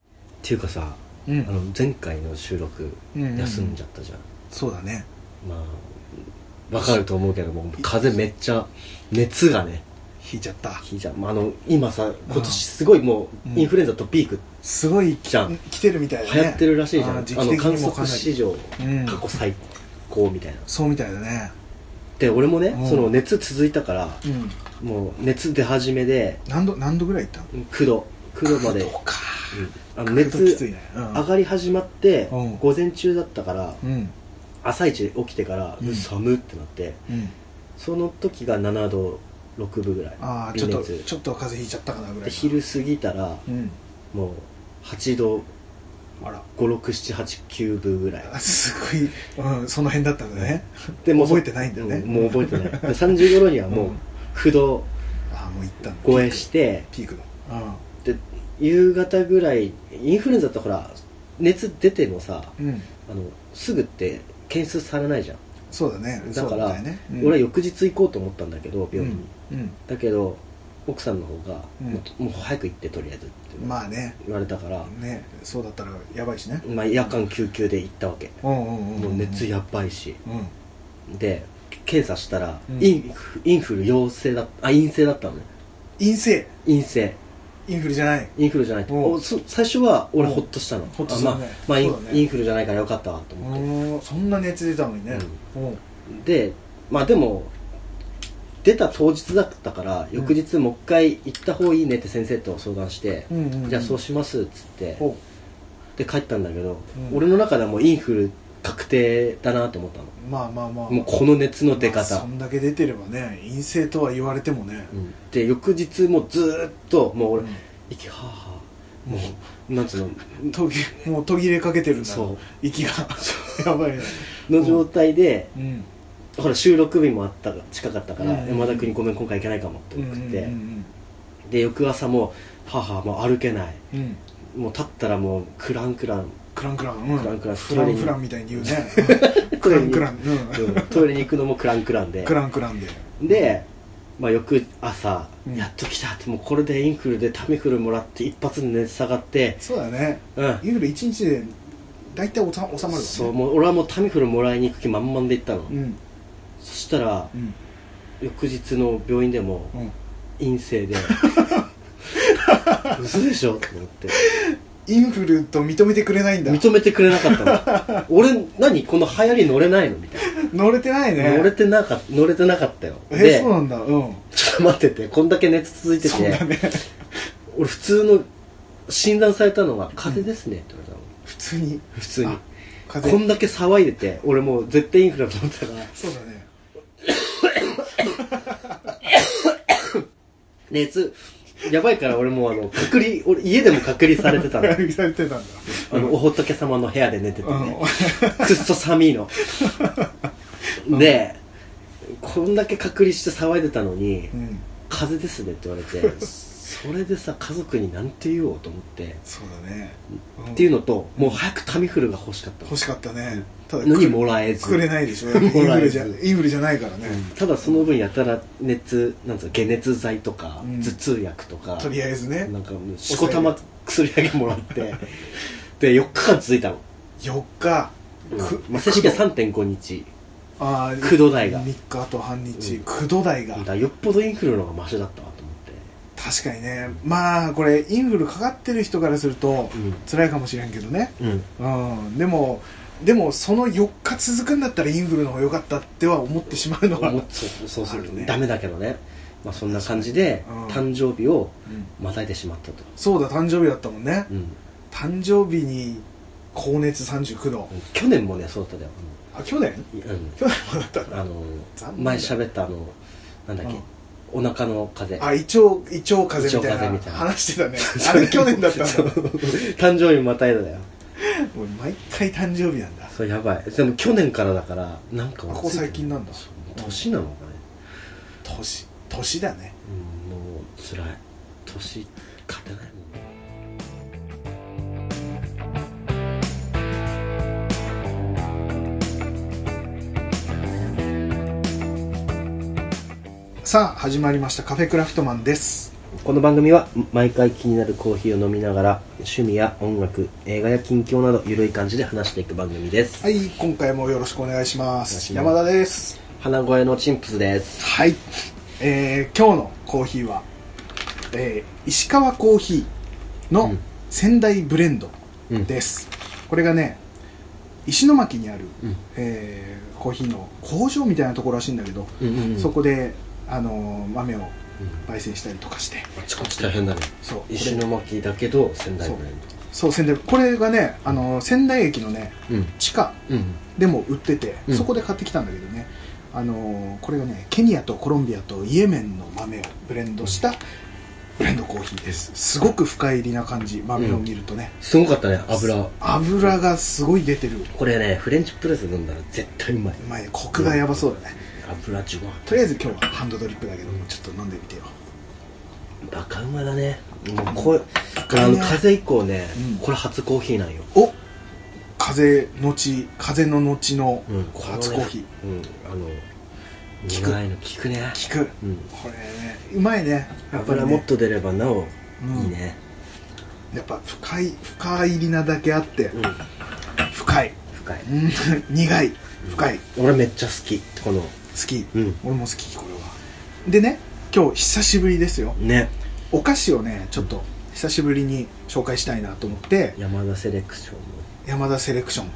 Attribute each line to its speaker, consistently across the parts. Speaker 1: っていうかさ、
Speaker 2: う
Speaker 1: あの前回の収録
Speaker 2: うんうんうん
Speaker 1: 休んじゃったじゃん、
Speaker 2: そうだね
Speaker 1: まあわかると思うけども風邪めっちゃ熱がね
Speaker 2: 引いちゃった
Speaker 1: ひいちゃう、まあ、あの今さ今年すごいも
Speaker 2: うん
Speaker 1: うインフルエンザとピーク
Speaker 2: すごい
Speaker 1: じゃん
Speaker 2: 来てるみたいだね
Speaker 1: 流行ってるらしいじゃん、
Speaker 2: あー時
Speaker 1: あ
Speaker 2: 期
Speaker 1: の
Speaker 2: 的
Speaker 1: 観
Speaker 2: にもか
Speaker 1: 測
Speaker 2: な
Speaker 1: 史
Speaker 2: り
Speaker 1: 上
Speaker 2: うん
Speaker 1: 過去最高みたいな、
Speaker 2: そうみたいだね
Speaker 1: で俺もね、
Speaker 2: うん
Speaker 1: その熱続いたから
Speaker 2: うん
Speaker 1: もう熱出始めで
Speaker 2: 何度何度ぐらい行ったの
Speaker 1: 9度9度まで
Speaker 2: どうか
Speaker 1: うんあの
Speaker 2: ちょっときつ
Speaker 1: 熱
Speaker 2: いねうん
Speaker 1: 上がり始まって、
Speaker 2: うん
Speaker 1: 午前中だったから、
Speaker 2: うん
Speaker 1: 朝一起きてから、
Speaker 2: うん
Speaker 1: 寒ってなって
Speaker 2: うん
Speaker 1: その時が7度6分ぐらい
Speaker 2: ああちょっとちょっと風邪ひいちゃったかなぐら
Speaker 1: で
Speaker 2: いか
Speaker 1: 昼過ぎたら
Speaker 2: うん
Speaker 1: もう8度
Speaker 2: あら
Speaker 1: 56789分ぐらい
Speaker 2: あすごい、うん、その辺だったんだね
Speaker 1: でもう
Speaker 2: 覚えてないんだよね
Speaker 1: うもう覚えてないで3時頃にはもう
Speaker 2: うん
Speaker 1: 9度
Speaker 2: ああもう行ったんだ
Speaker 1: 超えして
Speaker 2: ピークだ
Speaker 1: で夕方ぐらいインフルエンザってほら熱出てもさ
Speaker 2: うん、うん、
Speaker 1: あのすぐって検出されないじゃん
Speaker 2: そうだね
Speaker 1: だから
Speaker 2: そうみたいねうん、
Speaker 1: 俺は翌日行こうと思ったんだけど病院に、
Speaker 2: うん、
Speaker 1: だけど奥さんの方が、
Speaker 2: うん
Speaker 1: もうもう早く行ってとりあえずって
Speaker 2: うん、まあね
Speaker 1: 言われたから、
Speaker 2: ねそうだったらやばいしね
Speaker 1: まあ、夜間救急で行ったわけ、
Speaker 2: うんうんうんうん
Speaker 1: もう熱やばいし
Speaker 2: うん
Speaker 1: で検査したら、
Speaker 2: うん
Speaker 1: インフインフル陽性だあ陰性だったのね
Speaker 2: 陰性
Speaker 1: 陰性
Speaker 2: インフルじゃない
Speaker 1: インフルじゃないって
Speaker 2: うん
Speaker 1: おそ最初は俺
Speaker 2: うん
Speaker 1: ホッとしたの、
Speaker 2: ほっとするね
Speaker 1: あまあ、まあイン
Speaker 2: そうだね
Speaker 1: インフルじゃないからよかったわと思って、
Speaker 2: うんそんな熱出たのにねうん
Speaker 1: でまあでも出た当日だったから翌日もう一回行った方がいいねって先生と相談して、
Speaker 2: うんうんうん
Speaker 1: じゃあそうしますっつって、
Speaker 2: ほ
Speaker 1: で帰ったんだけど、
Speaker 2: うん
Speaker 1: 俺の中ではもうインフル確定だなと思ったの
Speaker 2: うまあまあまあ
Speaker 1: もうこの熱の出
Speaker 2: まあ
Speaker 1: 方、
Speaker 2: そんだけ出てればね陰性とは言われてもね
Speaker 1: うんで翌日もうずーっともう俺、
Speaker 2: うん
Speaker 1: 息はあはあもうなんつう
Speaker 2: 途切もう途切れかけてるんだ
Speaker 1: そう
Speaker 2: 息がやばいね
Speaker 1: のの状態で、
Speaker 2: うん
Speaker 1: ほら収録日もあったが近かったから、
Speaker 2: うん
Speaker 1: 山田君にごめん今回行けないかもって送って、
Speaker 2: うん
Speaker 1: で翌朝もはあはあもう歩けない
Speaker 2: うんうんうん
Speaker 1: もう立ったらもうクランクラン
Speaker 2: クランクランうん
Speaker 1: クランクラン
Speaker 2: フランフランみたいに言うねうんクランクランうん
Speaker 1: うんトイレに行くのもクランクラ ンで
Speaker 2: クランクランで
Speaker 1: で、まあ、翌朝、
Speaker 2: うん
Speaker 1: やっと来たってもうこれでインフルでタミフルもらって一発で熱下がって
Speaker 2: そうだね
Speaker 1: うん
Speaker 2: インフル一日で大体おさ収まるわね
Speaker 1: そうもう俺はもうタミフルもらいに行く気満々で行ったの、
Speaker 2: うん
Speaker 1: そしたら
Speaker 2: うん
Speaker 1: 翌日の病院でも
Speaker 2: うん
Speaker 1: 陰性 で嘘でしょと思って
Speaker 2: インフルと認めてくれないんだ
Speaker 1: 認めてくれなかったの 俺何この流行り乗れないのみたい
Speaker 2: 乗れてない
Speaker 1: な、
Speaker 2: ね
Speaker 1: 乗れてなかった乗れてなかったよ
Speaker 2: え
Speaker 1: で
Speaker 2: そうなんだうん
Speaker 1: ちょっと待っててこんだけ熱続いて
Speaker 2: そう
Speaker 1: て、
Speaker 2: だね
Speaker 1: 俺普通の診断されたのは風邪ですねって言われたの、
Speaker 2: 普通に
Speaker 1: 普通に
Speaker 2: あ風
Speaker 1: こん
Speaker 2: 邪
Speaker 1: だけ騒いでて俺もう絶対インフルだと思ってたか ら
Speaker 2: そうだね
Speaker 1: 熱やばいから俺もうあの隔離俺家でも隔離されてたの
Speaker 2: やりされてたんだ
Speaker 1: あのお仏様の部屋で寝てて
Speaker 2: う
Speaker 1: ね
Speaker 2: ん
Speaker 1: くっそ寒いのでこんだけ隔離して騒いでたのに
Speaker 2: うん
Speaker 1: 「風邪ですね」って言われてそれでさ家族になんて言おうと思って
Speaker 2: そうだねっ
Speaker 1: っていう
Speaker 2: の
Speaker 1: のともう早くタミフルが欲しかったの
Speaker 2: 欲しかったねただ
Speaker 1: のに
Speaker 2: く
Speaker 1: もらえず
Speaker 2: くれない でしょイン
Speaker 1: もらえ
Speaker 2: フル
Speaker 1: ず
Speaker 2: じゃインフルじゃないからね
Speaker 1: ただその分やたら熱なんつうの解熱剤とか、
Speaker 2: うん
Speaker 1: 頭痛薬とか
Speaker 2: とりあえずね
Speaker 1: なんかもうしこたま薬だけもら ってで4日間続いたの、
Speaker 2: 4日く
Speaker 1: まあ、正式には3.5日
Speaker 2: あー
Speaker 1: 九度台が
Speaker 2: 3日あと半日
Speaker 1: うん
Speaker 2: 9度台が
Speaker 1: だからよっぽどインフルの方がマシだったわと思って
Speaker 2: 確かにねまあこれインフルかかってる人からすると
Speaker 1: うん
Speaker 2: 辛いかもしれんけどね
Speaker 1: うん
Speaker 2: うんでもでもその4日続くんだったらインフルの方が良かったっては思ってしまうのは
Speaker 1: 思っそうそうすると
Speaker 2: あるね
Speaker 1: ダメだけどね、まあ、そんな感じで
Speaker 2: うん
Speaker 1: 誕生日を
Speaker 2: うん
Speaker 1: またいでしまったと、
Speaker 2: そうだ誕生日だったもんね
Speaker 1: うん
Speaker 2: 誕生日に高熱39度
Speaker 1: 去年もねそうだったよ、
Speaker 2: あ去年
Speaker 1: うんうん
Speaker 2: 去年もだったんだ
Speaker 1: あの
Speaker 2: 残念だ
Speaker 1: 前喋ったあのなんだっけ、お腹の風邪
Speaker 2: あ胃腸胃腸風邪みた
Speaker 1: 胃腸風邪
Speaker 2: い
Speaker 1: み
Speaker 2: な
Speaker 1: たいな
Speaker 2: 話してたねあれ去年だっ たん
Speaker 1: そ
Speaker 2: だ
Speaker 1: う 誕生日またいだよ
Speaker 2: 俺毎回誕生日なんだ
Speaker 1: そうやばいでも去年からだからなんか忘れてる
Speaker 2: ここ最近なんだ
Speaker 1: そう年なのかね、
Speaker 2: 年年だね
Speaker 1: うん、もう辛い年勝てないもんね
Speaker 2: さあ始まりましたカフェクラフトマンです
Speaker 1: ここの番組は毎回気になるコーヒーを飲みながら趣味や音楽映画や近況などゆるい感じで話していく番組です、
Speaker 2: はい今回もよろしくお願いします
Speaker 1: お願いします
Speaker 2: 山田です
Speaker 1: 花声のチンプスです
Speaker 2: はい、えー今日のコーヒーは、えー石川コーヒー
Speaker 1: う
Speaker 2: の
Speaker 1: ん
Speaker 2: 仙台ブレンド
Speaker 1: うん
Speaker 2: です、これがね石巻にある、
Speaker 1: うん
Speaker 2: えーコーヒーの工場みたいなところらしいんだけど、
Speaker 1: うんうん
Speaker 2: そこで、あのー豆を
Speaker 1: うん
Speaker 2: 焙煎したりとかして
Speaker 1: あちこち大変だね
Speaker 2: そうこれ
Speaker 1: 石巻だけど仙台ブレン
Speaker 2: そう仙台これがね、あのー仙台駅のね
Speaker 1: ドうん
Speaker 2: 地下
Speaker 1: うん
Speaker 2: でも売ってて、
Speaker 1: うん
Speaker 2: そこで買ってきたんだけどね、あのーこれがねケニアとコロンビアとイエメンの豆をブレンドしたブレンドコーヒーですすごく深入りな感じ豆を見るとね、
Speaker 1: すごかったね油
Speaker 2: 油がすごい出てる
Speaker 1: これねフレンチプレス飲んだら絶対うまい
Speaker 2: 前コクがやばそうだね
Speaker 1: 油じゅわ
Speaker 2: とりあえず今日はハンドドリップだけどちょっと飲んでみてよ
Speaker 1: バカうまだねもうこれあの風邪以降ね、
Speaker 2: うん
Speaker 1: これ初コーヒーなんよ
Speaker 2: お風のち風の後の
Speaker 1: うん
Speaker 2: 初コーヒー、
Speaker 1: うんあの
Speaker 2: 効く
Speaker 1: 苦いの効くね
Speaker 2: 効く
Speaker 1: うん
Speaker 2: これねうまいねやっぱり
Speaker 1: 油
Speaker 2: ね
Speaker 1: もっと出ればなお
Speaker 2: うん
Speaker 1: いいね
Speaker 2: やっぱ深い深入りなだけあって、
Speaker 1: うん
Speaker 2: 深い
Speaker 1: 深い
Speaker 2: うん苦い深い好
Speaker 1: 俺めっちゃ好きこの
Speaker 2: き、
Speaker 1: うん
Speaker 2: 俺も好きこれはでね今日久しぶりですよ
Speaker 1: ね
Speaker 2: お菓子をねちょっと久しぶりに紹介したいなと思って
Speaker 1: 山田セレクションの
Speaker 2: 山田セレクション、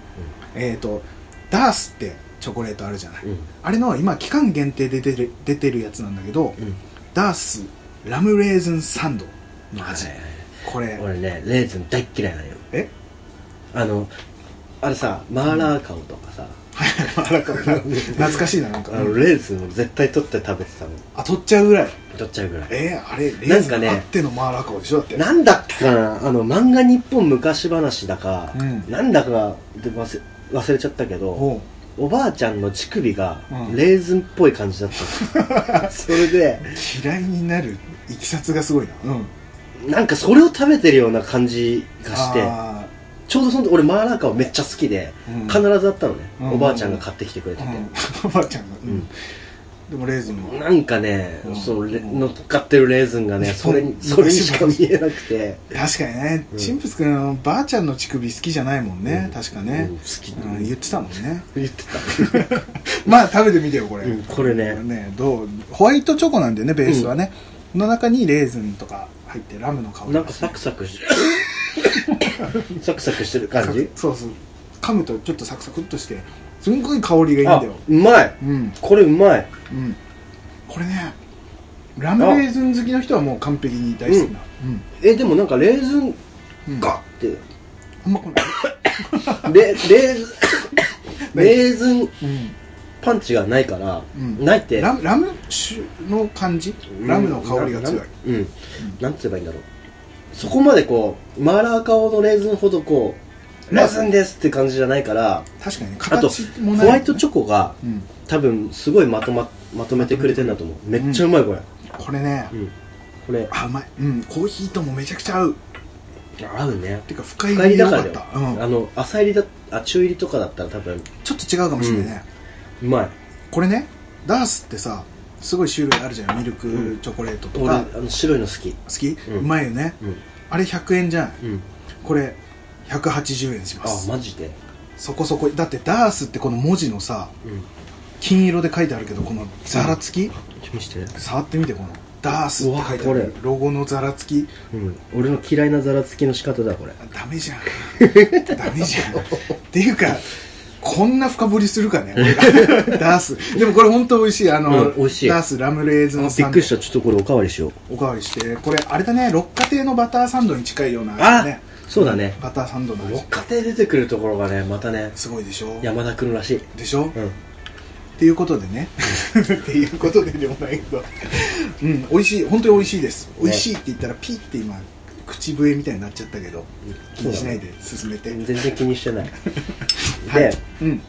Speaker 2: えっ、とダースってチョコレートあるじゃない、
Speaker 1: うん
Speaker 2: あれの今期間限定で出てる出てるやつなんだけど、
Speaker 1: うん
Speaker 2: ダースラムレーズンサンドの味、
Speaker 1: はいはい
Speaker 2: これ
Speaker 1: 俺ねレーズン大っ嫌いなんよ
Speaker 2: え
Speaker 1: あのあれさマーラー顔とかさ、
Speaker 2: はいはいあらかな懐かしいななんか、
Speaker 1: あのレーズンを絶対取って食べてたの
Speaker 2: あ取っちゃうぐらい
Speaker 1: 取っちゃうぐらい
Speaker 2: えー、あれレーズ
Speaker 1: なんか
Speaker 2: ン
Speaker 1: ね
Speaker 2: あってのマーラー顔でしょだって
Speaker 1: なんだったかなあの漫画日本昔話だか、
Speaker 2: うん
Speaker 1: なんだかで忘れ忘れちゃったけど
Speaker 2: おう
Speaker 1: おばあちゃんの乳首が
Speaker 2: うん
Speaker 1: レーズンっぽい感じだったの、 それで
Speaker 2: 嫌いになるいきさつがすごいなうん
Speaker 1: なんかそれを食べてるような感じがして
Speaker 2: あ
Speaker 1: ちょうどその時俺マーラーカをめっちゃ好きで、
Speaker 2: うん
Speaker 1: 必ずあったのね、
Speaker 2: うん
Speaker 1: おばあちゃんが買ってきてくれてて、
Speaker 2: ーうん おばあちゃんが、うん
Speaker 1: うん
Speaker 2: でもレーズンは
Speaker 1: なんかね、
Speaker 2: うん
Speaker 1: そのレ
Speaker 2: うん
Speaker 1: 乗っかってるレーズンがねそれにそれにしか見えなくて、
Speaker 2: 確かにね、
Speaker 1: うん
Speaker 2: チンプス君のばあちゃんの乳首好きじゃないもんね、
Speaker 1: うん
Speaker 2: 確かね
Speaker 1: うん、好き、
Speaker 2: うん言ってたもんね
Speaker 1: 言ってた
Speaker 2: まあ食べてみてよこれ、
Speaker 1: うんこれね
Speaker 2: どうホワイトチョコなんだよねベースはね、の中にレーズンとか入ってラムの香り
Speaker 1: な
Speaker 2: が
Speaker 1: んかサクサ クしサクサクしてる感じ
Speaker 2: そうそう噛むとちょっとサクサクっとしてすんごい香りがいいん
Speaker 1: あ
Speaker 2: だよ
Speaker 1: うまい
Speaker 2: うん
Speaker 1: これうまい
Speaker 2: うんこれねラムレーズン好きの人はもう完璧に大好きなうん
Speaker 1: えでもなんかレーズン
Speaker 2: うん
Speaker 1: ガッて
Speaker 2: あんまこない
Speaker 1: レレー ズンレーズン
Speaker 2: う
Speaker 1: パンチがないから、
Speaker 2: うん
Speaker 1: ないって
Speaker 2: んラムラム酒の感じラムの香りが強い
Speaker 1: うん、うんなんて言えばいいんだろうそこまでこうマーラー顔のレーズンほどこう
Speaker 2: まあ
Speaker 1: レーズンですって感じじゃないから
Speaker 2: 確かにね
Speaker 1: あと
Speaker 2: 形もない
Speaker 1: ホワイトチ
Speaker 2: ョ
Speaker 1: ョコが
Speaker 2: うん
Speaker 1: 多分すごいまとままとめてくれてんだと思うめっちゃうまいこれ、
Speaker 2: これね
Speaker 1: うんこれ
Speaker 2: あうまいうんコーヒーともめちゃくちゃ合う
Speaker 1: 合うね
Speaker 2: てか深入
Speaker 1: 深入
Speaker 2: り
Speaker 1: り
Speaker 2: で
Speaker 1: だ
Speaker 2: よ
Speaker 1: から
Speaker 2: か
Speaker 1: だ
Speaker 2: っ
Speaker 1: よ、
Speaker 2: たうん
Speaker 1: あの浅入りだあ中入りとかだったら多分
Speaker 2: ちょっと違うかもしれないね
Speaker 1: うまい
Speaker 2: これねダースってさすごい種類あるじゃんミルクチョコレートと
Speaker 1: 俺
Speaker 2: か
Speaker 1: あ
Speaker 2: 好
Speaker 1: の白いの好き
Speaker 2: き
Speaker 1: うん
Speaker 2: うまいよね
Speaker 1: うん
Speaker 2: あれ100円じゃん
Speaker 1: うん
Speaker 2: これ180円しま
Speaker 1: あ
Speaker 2: す
Speaker 1: マジで
Speaker 2: そこそこだってダースってこの文字のさ
Speaker 1: うん
Speaker 2: 金色で書いてあるけどこのザラつ
Speaker 1: ち
Speaker 2: き、
Speaker 1: ょ見して
Speaker 2: 触ってみてこのダースって書いてあ
Speaker 1: うわ
Speaker 2: る
Speaker 1: こ
Speaker 2: ロゴのザラつき
Speaker 1: うん俺の嫌いなざらつきの仕方だこれ
Speaker 2: ダメ じゃんダメじゃんっていうかこんな深掘りするかね 俺がダースでもこれ本当美味しいあの、
Speaker 1: うん美味しい
Speaker 2: ダースラムレーズン
Speaker 1: び
Speaker 2: サ
Speaker 1: っ
Speaker 2: ン
Speaker 1: く
Speaker 2: ド
Speaker 1: りしたちょっとこれおかわりしよう
Speaker 2: おかわりしてこれあれだね六花亭のバターサンドに近いような味だ
Speaker 1: あ
Speaker 2: ね
Speaker 1: そうだね
Speaker 2: バターサンドの味
Speaker 1: 六花亭出てくるところがねまたね
Speaker 2: すごいでしょ
Speaker 1: 山田君らしい
Speaker 2: でしょ、
Speaker 1: うん
Speaker 2: っていうことでねっていうことででもないけどうん美味しい本当に美味しいです美味しいって言ったらピッて今口笛みたいになっちゃったけど気にしないで進めて、
Speaker 1: 全然気にして ない
Speaker 2: はい
Speaker 1: で
Speaker 2: うん、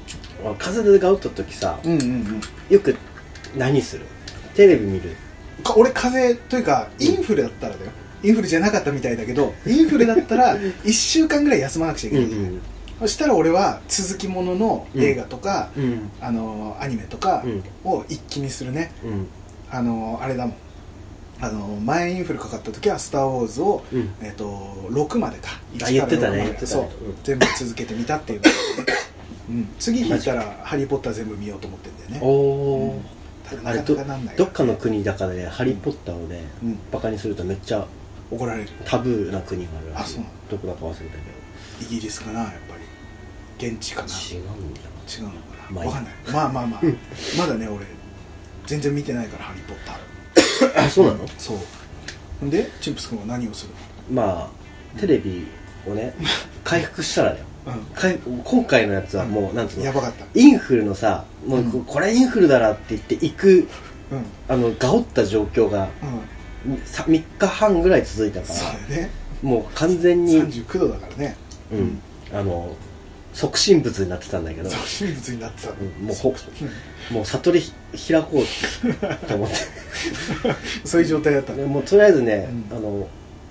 Speaker 1: 風邪が打った時さ
Speaker 2: うんうんうん
Speaker 1: よく何するテレビ見る
Speaker 2: か俺風邪というかインフルだったらだよインフルじゃなかったみたいだけどインフルだったら1週間ぐらい休まなくちゃいけない、そしたら俺は続きものの映画とか、
Speaker 1: うん
Speaker 2: あのーアニメとか
Speaker 1: うん
Speaker 2: を一気にするね、
Speaker 1: うん
Speaker 2: あのーあれだもんあの前インフルかかった時は「スター・ウォーズを」
Speaker 1: うん
Speaker 2: えっと6までか1から
Speaker 1: 言ってたね
Speaker 2: 6まで
Speaker 1: 言ってたね
Speaker 2: そう、
Speaker 1: うん
Speaker 2: 全部続けてみたっていう、うん、次引いたら「ハリー・ポッター」全部見ようと思ってんだよね
Speaker 1: おお
Speaker 2: ただ
Speaker 1: あ
Speaker 2: な
Speaker 1: れ
Speaker 2: か
Speaker 1: ど
Speaker 2: なかなんない
Speaker 1: どっかの国だからね「ハリー・ポッター」をね、
Speaker 2: うん
Speaker 1: バカにするとめっちゃ
Speaker 2: 怒られる
Speaker 1: タブーな国があるらしい
Speaker 2: あそうなの
Speaker 1: どこだか忘れたけど
Speaker 2: イギリスかなやっぱり現地かな
Speaker 1: 違うんだ
Speaker 2: 違うのかな、
Speaker 1: まあ
Speaker 2: わかんないまあま あまあまだね俺全然見てないから「ハリー・ポッター
Speaker 1: あそうなの」
Speaker 2: そうほんでチンプス君は何をする
Speaker 1: まあテレビをね 回復したらだよ
Speaker 2: の、
Speaker 1: かい今回のやつはもう、なんつう
Speaker 2: や
Speaker 1: の
Speaker 2: ばかった
Speaker 1: インフルのさもうこ
Speaker 2: うん
Speaker 1: これインフルだなって言って行く
Speaker 2: うんうん
Speaker 1: あのガオった状況が3日半ぐらい続いたか
Speaker 2: そう
Speaker 1: ら
Speaker 2: だよね
Speaker 1: もう完全に、
Speaker 2: 39度だからね
Speaker 1: うん、あの促進物になってたんだけど
Speaker 2: そう真実になってたの、
Speaker 1: うんもうほもう悟りひ開こうと思って
Speaker 2: そういう状態だった
Speaker 1: で
Speaker 2: の
Speaker 1: もうとりあえずね、
Speaker 2: うん
Speaker 1: あの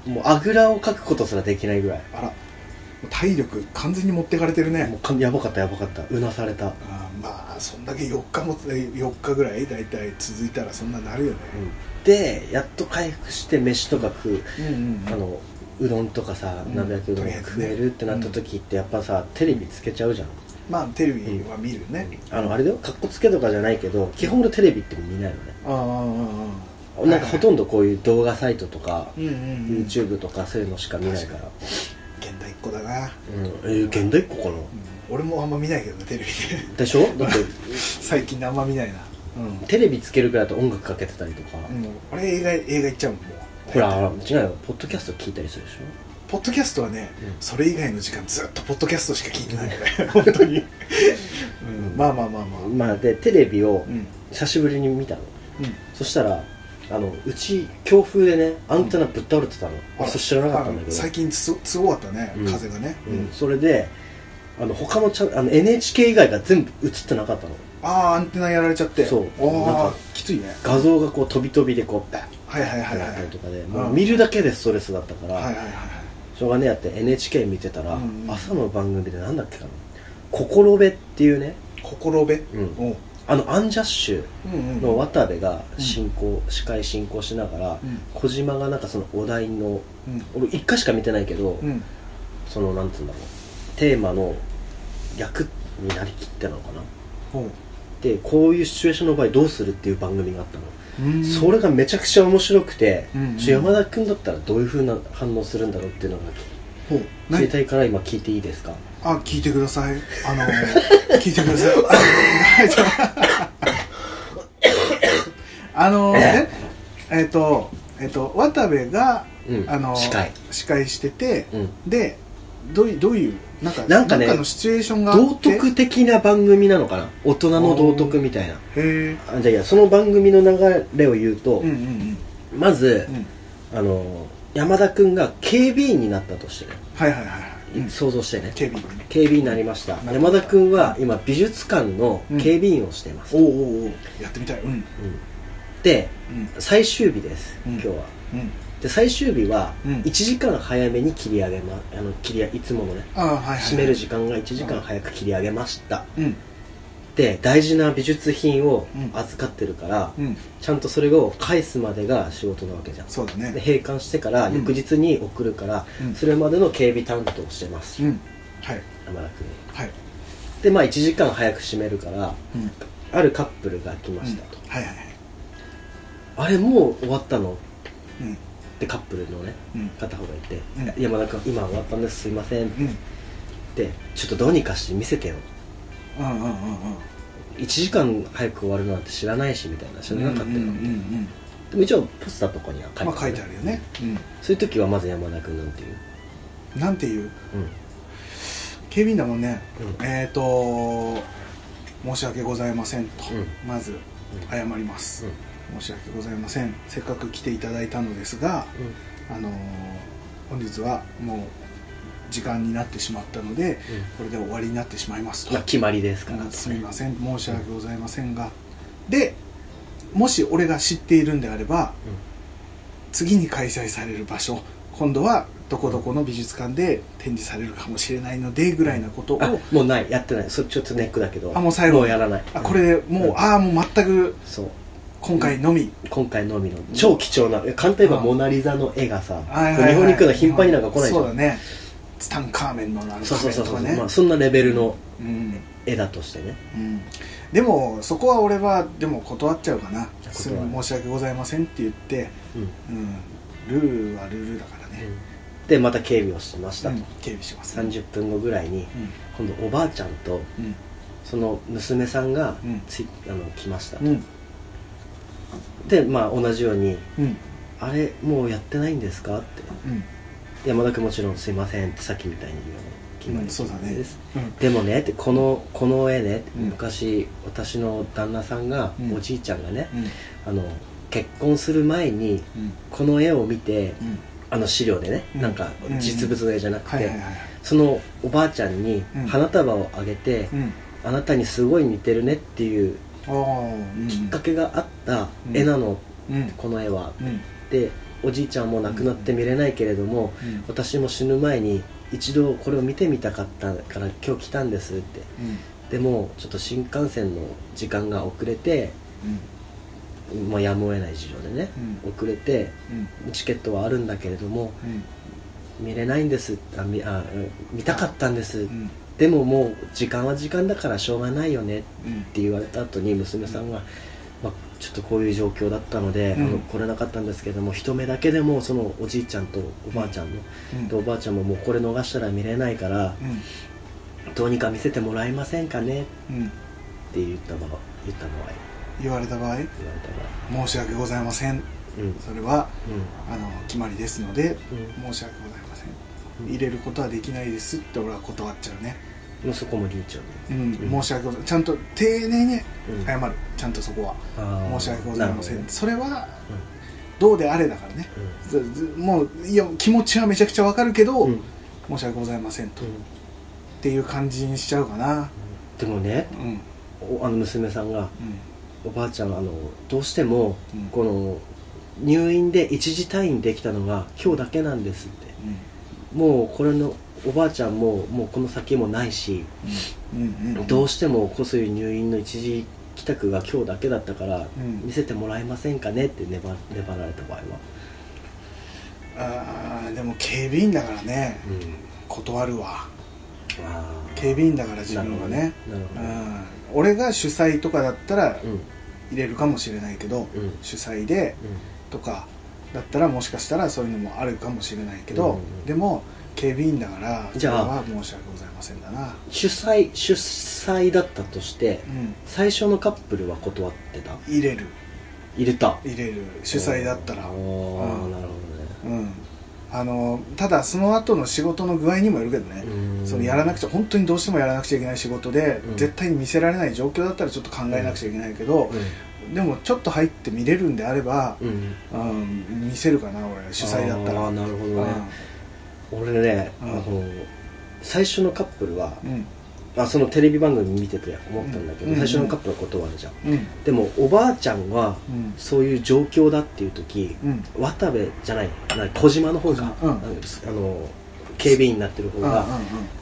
Speaker 1: もうあぐらをかくことすらできないぐらい
Speaker 2: あらもう体力完全に持ってかれてる
Speaker 1: もう
Speaker 2: ね
Speaker 1: かやばかったやばかったうなされた、うん、
Speaker 2: あーまあそんだけ4日も4日ぐらい大体続いたらそんななるよね
Speaker 1: でやっと回復して飯とか食う、
Speaker 2: うんうん
Speaker 1: あのうどんとかさ
Speaker 2: うん
Speaker 1: 鍋焼きうどん
Speaker 2: とりあえず
Speaker 1: 食
Speaker 2: ね
Speaker 1: えるってなった時ってやっぱさテレビつけちゃうじゃん、
Speaker 2: まあテレビは見るね、
Speaker 1: あのあれだよかっこつけとかじゃないけど基本俺テレビって見ないのね
Speaker 2: ああ
Speaker 1: なんかほと
Speaker 2: ん
Speaker 1: んどこういう動画サイトとか、
Speaker 2: ど、うんうんうん、現
Speaker 1: YouTube とかそういうのしか見ないから、
Speaker 2: 代っ子だな、
Speaker 1: うん、えー、現代っ子かな、
Speaker 2: 俺もあんま見ないけどねテレビで
Speaker 1: でしょだって
Speaker 2: 最近あんま見ないなう
Speaker 1: テレビつけるぐらいだと音楽かけてたりとか、
Speaker 2: ん、うん、俺映画映画行っちゃうもんもう
Speaker 1: ほら違うよポッドキャスト聞いたりするでしょ
Speaker 2: ポッドキャストはね、
Speaker 1: うん
Speaker 2: それ以外の時間ずっとポッドキャストしか聞いてない から、本当に、うん、まあまあまあまあうん
Speaker 1: まあでテレビを
Speaker 2: うん
Speaker 1: 久しぶりに見たの、そしたらあのうち強風でねアンテナぶっ倒れてたの、
Speaker 2: あら
Speaker 1: それ知らなかったんだけ
Speaker 2: あ
Speaker 1: ど
Speaker 2: 最近つ強かったね、
Speaker 1: うん
Speaker 2: 風がね、
Speaker 1: うん、それであの他のチャンあの NHK 以外が全部映ってなかったの
Speaker 2: ああアンテナやられちゃって
Speaker 1: そうなん
Speaker 2: ああ
Speaker 1: か
Speaker 2: きついね
Speaker 1: 画像がこう飛び飛びでこうバッ
Speaker 2: はいはいはい
Speaker 1: て
Speaker 2: はい
Speaker 1: なっ
Speaker 2: は
Speaker 1: た
Speaker 2: い
Speaker 1: りとかで、もう
Speaker 2: うん
Speaker 1: 見るだけでストレスだったから、
Speaker 2: はいはいはい
Speaker 1: しょうがねえやって NHK 見てたら、
Speaker 2: うんうん
Speaker 1: 朝の番組でなんだっけかな「心べ」っていうね
Speaker 2: 心べ、
Speaker 1: うん
Speaker 2: おう
Speaker 1: あのアンジャッシュ
Speaker 2: うんうん
Speaker 1: の渡部が進行、司会進行しながら、
Speaker 2: うん
Speaker 1: 小島がなんかそのお題の
Speaker 2: うん
Speaker 1: 俺1回しか見てないけど、
Speaker 2: うん
Speaker 1: そのなんつうんだろうテーマの役になりきってなのかな
Speaker 2: おう
Speaker 1: でこういうシチュエーションの場合どうするっていう番組があったの、
Speaker 2: うん
Speaker 1: それがめちゃくちゃ面白くて、
Speaker 2: うんうん
Speaker 1: ちょ山田君だったらどういうふうな反応するんだろうっていうのが
Speaker 2: おう
Speaker 1: 携
Speaker 2: 何
Speaker 1: 帯から今聞いていいですか
Speaker 2: あ聞いてくださいあの ー聞いてくださいはいじゃああのーねえっ、とえっ、と渡部が、
Speaker 1: うん
Speaker 2: あのー
Speaker 1: 司会
Speaker 2: 司会してて、
Speaker 1: うん
Speaker 2: でどういどういうなんか
Speaker 1: なんかね
Speaker 2: のシチュエーションがあ
Speaker 1: 道
Speaker 2: って
Speaker 1: 徳的な番組なのかな大人の道徳みたいな
Speaker 2: へえ
Speaker 1: あじゃあいやその番組の流れを言うと、
Speaker 2: うんうん
Speaker 1: まず
Speaker 2: う、んうん
Speaker 1: あの山田君が警備員になったとしてね、
Speaker 2: はいはいはいはい、うん、
Speaker 1: 想像してね
Speaker 2: 警備員ね
Speaker 1: 警備員になりました
Speaker 2: なるほ
Speaker 1: 山
Speaker 2: ど
Speaker 1: 田君は今美術館の警備員をしています、
Speaker 2: おうおうおうやってみたいうんう
Speaker 1: う
Speaker 2: ん
Speaker 1: んで
Speaker 2: うん
Speaker 1: 最終日です、
Speaker 2: うん
Speaker 1: 今日はで最終日は
Speaker 2: うん
Speaker 1: 1時間早めに切り上げまあの切り上いつものね
Speaker 2: ああはいはい
Speaker 1: 閉める時間が1時間早く切り上げました
Speaker 2: うん
Speaker 1: で大事な美術品を
Speaker 2: うん
Speaker 1: 預かってるから、
Speaker 2: うん
Speaker 1: ちゃんとそれを返すまでが仕事なわけじゃん
Speaker 2: そうだね
Speaker 1: で閉館してから
Speaker 2: うん
Speaker 1: 翌日に送るから、
Speaker 2: うん
Speaker 1: それまでの警備担当をしてます、
Speaker 2: うんはい
Speaker 1: 山田君
Speaker 2: はい
Speaker 1: でまあ1時間早く閉めるから
Speaker 2: うん
Speaker 1: あるカップルが来ましたと、
Speaker 2: うん、はいはいはい
Speaker 1: あれもう終わったの
Speaker 2: うん
Speaker 1: ってカップルのね
Speaker 2: うん
Speaker 1: 片方がいて、
Speaker 2: うん
Speaker 1: 山田君今終わったんですすいませんっ
Speaker 2: うん
Speaker 1: てちょっとどうにかして見せてよ
Speaker 2: うんうんうんうん
Speaker 1: 1時間早く終わるなんて知らないしみたいな知らなかったよ、
Speaker 2: うんうんうん
Speaker 1: でも一応ポスターとかには書いてある,、
Speaker 2: まあ書いてあるよね
Speaker 1: そういう時はまず山田君なんていう
Speaker 2: うんなんていう
Speaker 1: うん
Speaker 2: 警備員だもんね
Speaker 1: うん
Speaker 2: えっと申し訳ございませんと
Speaker 1: うん
Speaker 2: まず謝ります申し訳ございませんせっかく来ていただいたのですがあのー本日はもう時間になってしまったのでこれで終わりになってしまいますと
Speaker 1: まあ決まりですから、
Speaker 2: すみません申し訳ございませんがでもし俺が知っているんであれば次に開催される場所今度はどこどこの美術館で展示されるかもしれないのでぐらいなことを
Speaker 1: あもうないやってないそれちょっとネックだけど
Speaker 2: あもう最後
Speaker 1: やらない
Speaker 2: あこれもう、ああもう全く
Speaker 1: そう
Speaker 2: 今回のみ、
Speaker 1: 今回のみの超貴重な、いや簡単に言えば「
Speaker 2: うん
Speaker 1: モナ・リザ」の絵がさ、
Speaker 2: はいはいはい
Speaker 1: 日本に来るのは頻繁になんか来ないじゃ
Speaker 2: そ
Speaker 1: ん
Speaker 2: うだねツタンカーメンのあのカ
Speaker 1: そう
Speaker 2: ー
Speaker 1: そうそう
Speaker 2: メンと
Speaker 1: そう、
Speaker 2: かね
Speaker 1: まあ、そんなレベルの
Speaker 2: うん
Speaker 1: 絵だとしてね
Speaker 2: うんでもそこは俺はでも断っちゃうかな
Speaker 1: 断る
Speaker 2: すぐ申し訳ございませんって言って、
Speaker 1: うん、
Speaker 2: うん、ルールはルールだからね、
Speaker 1: でまた警備をしましたと、
Speaker 2: うん警備します
Speaker 1: 30分後ぐらいに今度おばあちゃんと
Speaker 2: うん
Speaker 1: その娘さんが
Speaker 2: うん
Speaker 1: つい、あの来ました、
Speaker 2: うん
Speaker 1: でまあ同じように
Speaker 2: うん
Speaker 1: 「あれもうやってないんですか?」って
Speaker 2: うん
Speaker 1: 「山田君もちろんすいません」ってさっきみたいに言うの決まり
Speaker 2: うんそうだね
Speaker 1: です
Speaker 2: うん
Speaker 1: でもねってこのこの絵ね、
Speaker 2: うん
Speaker 1: 昔私の旦那さんが、
Speaker 2: うん
Speaker 1: おじいちゃんがね、
Speaker 2: うん
Speaker 1: あの結婚する前に
Speaker 2: うん
Speaker 1: この絵を見て、
Speaker 2: うん
Speaker 1: あの資料でね、
Speaker 2: うん
Speaker 1: なんか実物の絵じゃなくて、
Speaker 2: はいはいはい
Speaker 1: そのおばあちゃんに
Speaker 2: うん
Speaker 1: 花束をあげて、
Speaker 2: うん
Speaker 1: あなたにすごい似てるねっていう
Speaker 2: ああ
Speaker 1: きっかけがあった絵なの、
Speaker 2: うんうん
Speaker 1: この絵は
Speaker 2: うん
Speaker 1: でおじいちゃんも亡くなって見れないけれども、
Speaker 2: うん
Speaker 1: 私も死ぬ前に一度これを見てみたかったから今日来たんですって
Speaker 2: うん
Speaker 1: でもちょっと新幹線の時間が遅れて、
Speaker 2: うん
Speaker 1: まあ、やむを得ない事情でね、
Speaker 2: うん
Speaker 1: 遅れて
Speaker 2: うん
Speaker 1: チケットはあるんだけれども
Speaker 2: うん
Speaker 1: 見れないんですあみあうん見たかったんです、
Speaker 2: うん
Speaker 1: でももう時間は時間だからしょうがないよねっ
Speaker 2: うん
Speaker 1: て言われた後に娘さんが、まあ、ちょっとこういう状況だったので、
Speaker 2: うん
Speaker 1: あの来れなかったんですけども一目だけでもそのおじいちゃんとおばあちゃんの、
Speaker 2: うん
Speaker 1: でおばあちゃんももうこれ逃したら見れないから、どうにか見せてもらえませんかねっ
Speaker 2: うんうん
Speaker 1: て言った場合言った場合
Speaker 2: 言われた場
Speaker 1: 言
Speaker 2: 合
Speaker 1: われた場合
Speaker 2: 申し訳ございません
Speaker 1: うんうん
Speaker 2: それはあの決まりですので
Speaker 1: うん
Speaker 2: 申し訳ございません
Speaker 1: うん
Speaker 2: 入れることはできないですって俺は断っちゃうね、
Speaker 1: もうそこも流暢に
Speaker 2: うん
Speaker 1: うん
Speaker 2: 申し訳ございませんちゃんと丁寧に
Speaker 1: うん
Speaker 2: 謝るちゃんとそこは
Speaker 1: あー
Speaker 2: 申し訳ございません、
Speaker 1: なる
Speaker 2: それは
Speaker 1: ほどね
Speaker 2: どうであれだからね
Speaker 1: うん
Speaker 2: ずずもういや気持ちはめちゃくちゃわかるけど、
Speaker 1: うん
Speaker 2: 申し訳ございませんと、
Speaker 1: う
Speaker 2: っ
Speaker 1: ん
Speaker 2: ていう感じにしちゃうかな
Speaker 1: でもね
Speaker 2: うんうん
Speaker 1: おあの娘さんがおばあちゃんはあのどうしても、
Speaker 2: うん
Speaker 1: この入院で一時退院できたのが今日だけなんですって
Speaker 2: うん
Speaker 1: もうこれのおばあちゃんももうこの先もないし、
Speaker 2: うんうん
Speaker 1: どうしてもこうそういう入院の一時帰宅が今日だけだったから、
Speaker 2: うん
Speaker 1: 見せてもらえませんかねって粘粘られた場合は、
Speaker 2: あーでも警備員だからね
Speaker 1: うん、
Speaker 2: 断るわ
Speaker 1: あー
Speaker 2: 警備員だから自分はね
Speaker 1: なるほどねなる
Speaker 2: うん、俺が主催とかだったら
Speaker 1: うん
Speaker 2: 入れるかもしれないけ
Speaker 1: う
Speaker 2: ど、
Speaker 1: ん
Speaker 2: 主催でとかだったらもしかしたらそういうのもあるかもしれないけど、
Speaker 1: うんうん
Speaker 2: でも警備員だから
Speaker 1: じゃあ
Speaker 2: それは申し訳ございませんだな
Speaker 1: 主催主催だったとして、
Speaker 2: うん
Speaker 1: 最初のカップルは断ってた
Speaker 2: 入れる
Speaker 1: 入れた
Speaker 2: 入れる主催だった
Speaker 1: あ
Speaker 2: ら
Speaker 1: あ、
Speaker 2: うん
Speaker 1: なるほ
Speaker 2: うんあのただその後の仕事の具合にもよるけどね
Speaker 1: どね
Speaker 2: そのやらなく
Speaker 1: ち
Speaker 2: ちゃ本当にどうしてもやらなくちゃいけない仕事で、
Speaker 1: うん
Speaker 2: 絶対に見せられない状況だったらちょっと考えなくちゃいけないけど、でもちょっと入って見れるんであれば、
Speaker 1: うん、うん、
Speaker 2: うん、見せるかな俺主催だったら
Speaker 1: あーなるほ
Speaker 2: うん
Speaker 1: どね、俺ね、
Speaker 2: うん
Speaker 1: あの最初のカップルは、
Speaker 2: うん
Speaker 1: あそのテレビ番組見てて思ったんだけど、
Speaker 2: うん
Speaker 1: 最初のカップルは断るじゃん、
Speaker 2: うん
Speaker 1: でもおばあちゃんは、
Speaker 2: うん
Speaker 1: そういう状況だっていう時、
Speaker 2: うん
Speaker 1: 渡部じゃないな小島の方が、
Speaker 2: うん
Speaker 1: あのあの警備員になってる方
Speaker 2: うん
Speaker 1: が、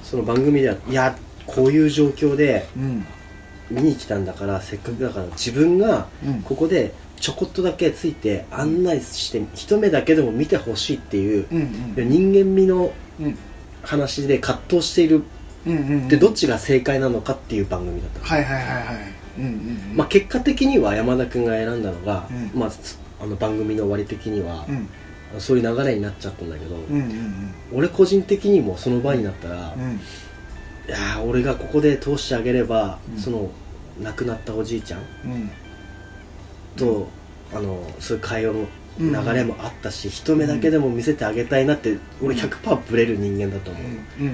Speaker 1: その番組ではいやこういう状況で
Speaker 2: うん
Speaker 1: 見に来たんだからせっかくだから自分が
Speaker 2: うん
Speaker 1: ここでちょこっとだけついて案内して一目だけでも見てほしいっていう
Speaker 2: うんうん
Speaker 1: で人間味の
Speaker 2: うん
Speaker 1: 話で葛藤している
Speaker 2: うんうん
Speaker 1: でどっちが正解なのかっていう番組だった、
Speaker 2: はいはいはいはいうんうんうん
Speaker 1: まあ、結果的には山田君が選んだのが、
Speaker 2: うん
Speaker 1: まあ、つあの番組の終わり的には
Speaker 2: う、ん
Speaker 1: そういう流れになっちゃったんだけど、
Speaker 2: うんうん
Speaker 1: 俺個人的にもその場になったら、
Speaker 2: う
Speaker 1: い
Speaker 2: ん
Speaker 1: やー俺がここで通してあげれば、
Speaker 2: うん
Speaker 1: その亡くなったおじいちゃん
Speaker 2: うん
Speaker 1: と、あのそういう会話の流れもあったし、一目だけでも見せてあげたいなって俺100%ブレる人間だと思う、
Speaker 2: うんうん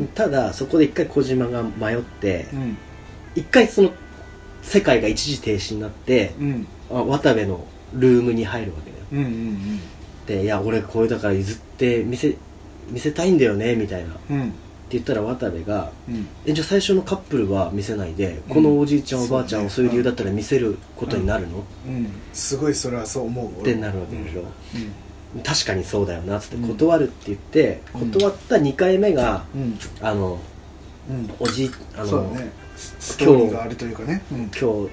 Speaker 2: うん
Speaker 1: ただそこで一回小島が迷って
Speaker 2: うんうん
Speaker 1: 一回その世界が一時停止になって
Speaker 2: うん
Speaker 1: あ渡部のルームに入るわけだよ
Speaker 2: うんうん
Speaker 1: で「いや俺これだから譲って見せ見せたいんだよね」みたいなって
Speaker 2: うんうん
Speaker 1: 言ったら渡部が
Speaker 2: うん
Speaker 1: 「えじゃあ最初のカップルは見せないで、このおじいちゃんおばあちゃんを
Speaker 2: そ
Speaker 1: そううい
Speaker 2: ね
Speaker 1: う理由だったら見せることになるの
Speaker 2: うんすごいそれはそう思う
Speaker 1: ってなるわけでしょ、
Speaker 2: うん
Speaker 1: 確かにそうだよなっつって
Speaker 2: うん
Speaker 1: 断るって言って、
Speaker 2: うん
Speaker 1: 断った2回目が、
Speaker 2: うん
Speaker 1: あの
Speaker 2: うん
Speaker 1: おじいあ
Speaker 2: そう
Speaker 1: の、
Speaker 2: だねス
Speaker 1: 今日
Speaker 2: トーリーがあるというかねうん
Speaker 1: 今日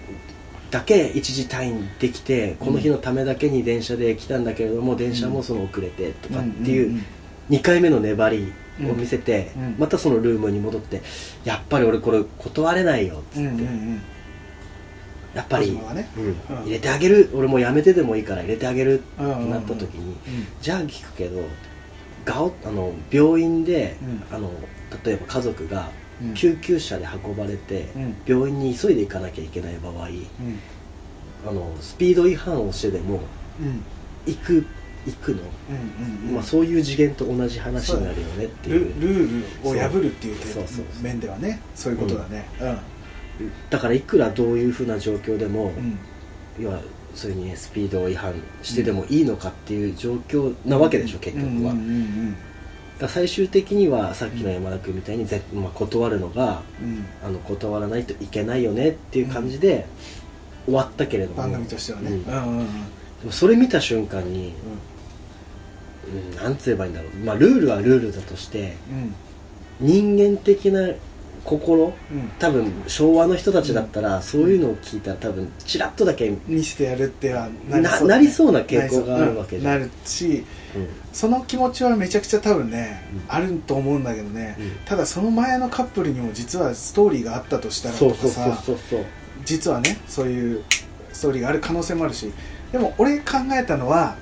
Speaker 1: だけ一時退院できてこの日のためだけに電車で来たんだけれども電車もその遅れてとかってい
Speaker 2: んん
Speaker 1: うん2回目の粘りを見せて
Speaker 2: うん
Speaker 1: またそのルームに戻ってやっぱり俺これ断れないよっつ
Speaker 2: うんう
Speaker 1: っ
Speaker 2: んう
Speaker 1: て
Speaker 2: ん
Speaker 1: やっぱり
Speaker 2: 東島がね
Speaker 1: うん
Speaker 2: うん
Speaker 1: 入れてあげる俺もやめてでもいいから入れてあげるって
Speaker 2: うんうんうん
Speaker 1: なった時に
Speaker 2: うん
Speaker 1: じゃあ聞くけどがおあの病院で、
Speaker 2: う
Speaker 1: あの例えば家族が
Speaker 2: うん
Speaker 1: 救急車で運ばれて、
Speaker 2: うん
Speaker 1: 病院に急いで行かなきゃいけない場合
Speaker 2: うん
Speaker 1: あのスピード違反をしてでも
Speaker 2: うん
Speaker 1: 行く行くの、
Speaker 2: うんうん
Speaker 1: まあ、そういう次元と同じ話になるよねってい
Speaker 2: ル
Speaker 1: う
Speaker 2: ルールを破るっていう点
Speaker 1: そうそうそう
Speaker 2: 面ではねそういうことだね
Speaker 1: だからいくらどういうふうな状況でも、
Speaker 2: うんうん
Speaker 1: 要はそれに、ね、スピード違反してでもいいのかっていう状況なわけでしょ、結局は、
Speaker 2: うんう
Speaker 1: だ
Speaker 2: んうん
Speaker 1: から最終的にはさっきの山田君みたいにぜ、まあ、断るのが
Speaker 2: うん
Speaker 1: あの断らないといけないよねっていう感じで終わったけれども、
Speaker 2: 番組としてはねう
Speaker 1: うん
Speaker 2: んうんうん
Speaker 1: でもそれ見た瞬間に、うん、なんつ言えばいいんだろう、まあ、ルールはルールだとして
Speaker 2: うん
Speaker 1: 人間的な心
Speaker 2: うん
Speaker 1: 多分昭和の人たちだったら、そういうのを聞いたら多分ちらっとだけ、うん
Speaker 2: 見せてやるっては
Speaker 1: ななりそうな傾向があるわけじゃん
Speaker 2: なりそううんなるしその気持ちはめちゃくちゃ多分ね、
Speaker 1: う
Speaker 2: あると思うんだけどね、
Speaker 1: うん
Speaker 2: ただその前のカップルにも実はストーリーがあったとしたら
Speaker 1: そ
Speaker 2: と
Speaker 1: う
Speaker 2: か
Speaker 1: そう
Speaker 2: さ
Speaker 1: そうそうそう
Speaker 2: 実はねそういうストーリーがある可能性もあるしでも俺考えたのは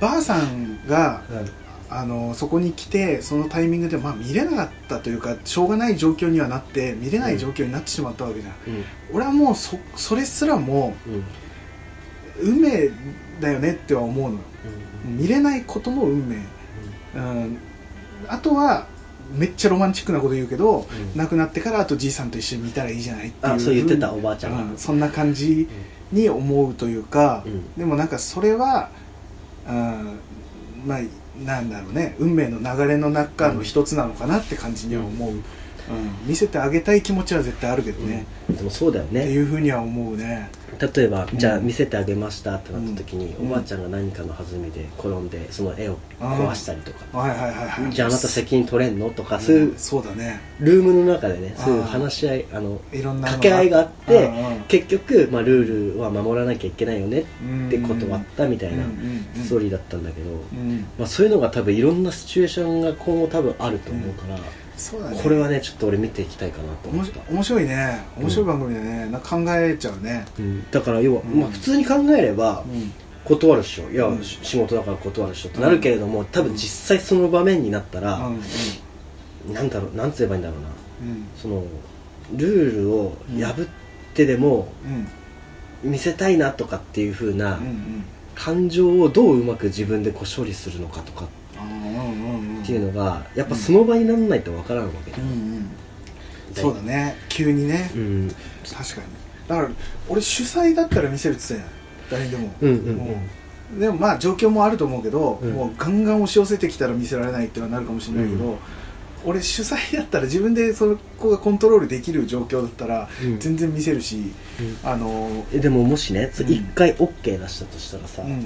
Speaker 2: ばあさんがあのそこに来てそのタイミングで、まあ、見れなかったというかしょうがない状況にはなって見れない状況になってしまったわけじゃん、
Speaker 1: うん
Speaker 2: 俺はもうそそれすらも
Speaker 1: うんうん
Speaker 2: 運命だよねっては思うのよ見れないことも運命うんあとはめっちゃロマンチックなこと言うけど、
Speaker 1: うん
Speaker 2: 亡くなってからあとじいさんと一緒に見たらいいじゃないっていう
Speaker 1: あそう言ってたおばあちゃんが
Speaker 2: うんそんな感じに思うというか、
Speaker 1: うん
Speaker 2: でもなんかそれは、うん、まあなんだろうね運命の流れの中の一つなのかなって感じには思う、うん見せてあげたい気持ちは絶対あるけどね、
Speaker 1: うんでもそうだよ
Speaker 2: って
Speaker 1: ね
Speaker 2: いうふうには思うね
Speaker 1: 例えばじゃあ
Speaker 2: うん
Speaker 1: 見せてあげましたってなった時に、
Speaker 2: うん
Speaker 1: おばあちゃんが何かの弾みで転んでその絵を壊したりとか、
Speaker 2: はいはいはいはい
Speaker 1: じゃああなた責任取れんのとか、そう
Speaker 2: う
Speaker 1: いうん
Speaker 2: そうだね
Speaker 1: ルームの中でねそういう
Speaker 2: あー
Speaker 1: 話し合いあの
Speaker 2: いろんなの
Speaker 1: 掛け合いがあって
Speaker 2: うんうん
Speaker 1: 結局、まあ、ルールは守らなきゃいけないよねって断ったみたいな
Speaker 2: うんうんうん
Speaker 1: ストーリーだったんだけど、
Speaker 2: うん
Speaker 1: まあ、そういうのが多分いろんなシチュエーションが今後多分あると思うから、
Speaker 2: そうだね
Speaker 1: これはねちょっと俺見ていきたいかなと
Speaker 2: おも
Speaker 1: 思っ、
Speaker 2: した面白いね面白い番組だね、なんか考えちゃうね
Speaker 1: うん、だから要は、
Speaker 2: うん
Speaker 1: まあ、普通に考えれば
Speaker 2: うん
Speaker 1: 断るっしょいや、
Speaker 2: うん
Speaker 1: し仕事だから断るっしょってなるけれども多分実際その場面になった
Speaker 2: う
Speaker 1: ら
Speaker 2: ん、
Speaker 1: なんだろうなんつ言えばいいんだろうな
Speaker 2: うん
Speaker 1: そのルールを破ってでも、
Speaker 2: うん
Speaker 1: 見せたいなとかっていう風な
Speaker 2: うんうん
Speaker 1: 感情をどううまく自分でこう処理するのかとか
Speaker 2: あーうんうんうん
Speaker 1: っていうのがやっぱその場にならないとわからんわけだ
Speaker 2: う
Speaker 1: よ
Speaker 2: んうんそうだね急にね、
Speaker 1: うん
Speaker 2: 確かにだから俺主催だったら見せるって言ってたやん誰にでも、
Speaker 1: うんうん
Speaker 2: もうでもまあ状況もあると思うけど、
Speaker 1: うん
Speaker 2: もうガンガン押し寄せてきたら見せられないっていうのはなるかもしれないけど、
Speaker 1: う
Speaker 2: 俺主催だったら自分でそこがコントロールできる状況だったら
Speaker 1: うん
Speaker 2: 全然見せるし、
Speaker 1: う
Speaker 2: あの
Speaker 1: えでももしねそれ
Speaker 2: うん
Speaker 1: 一回 OK 出したとしたらさ、
Speaker 2: うんうんうん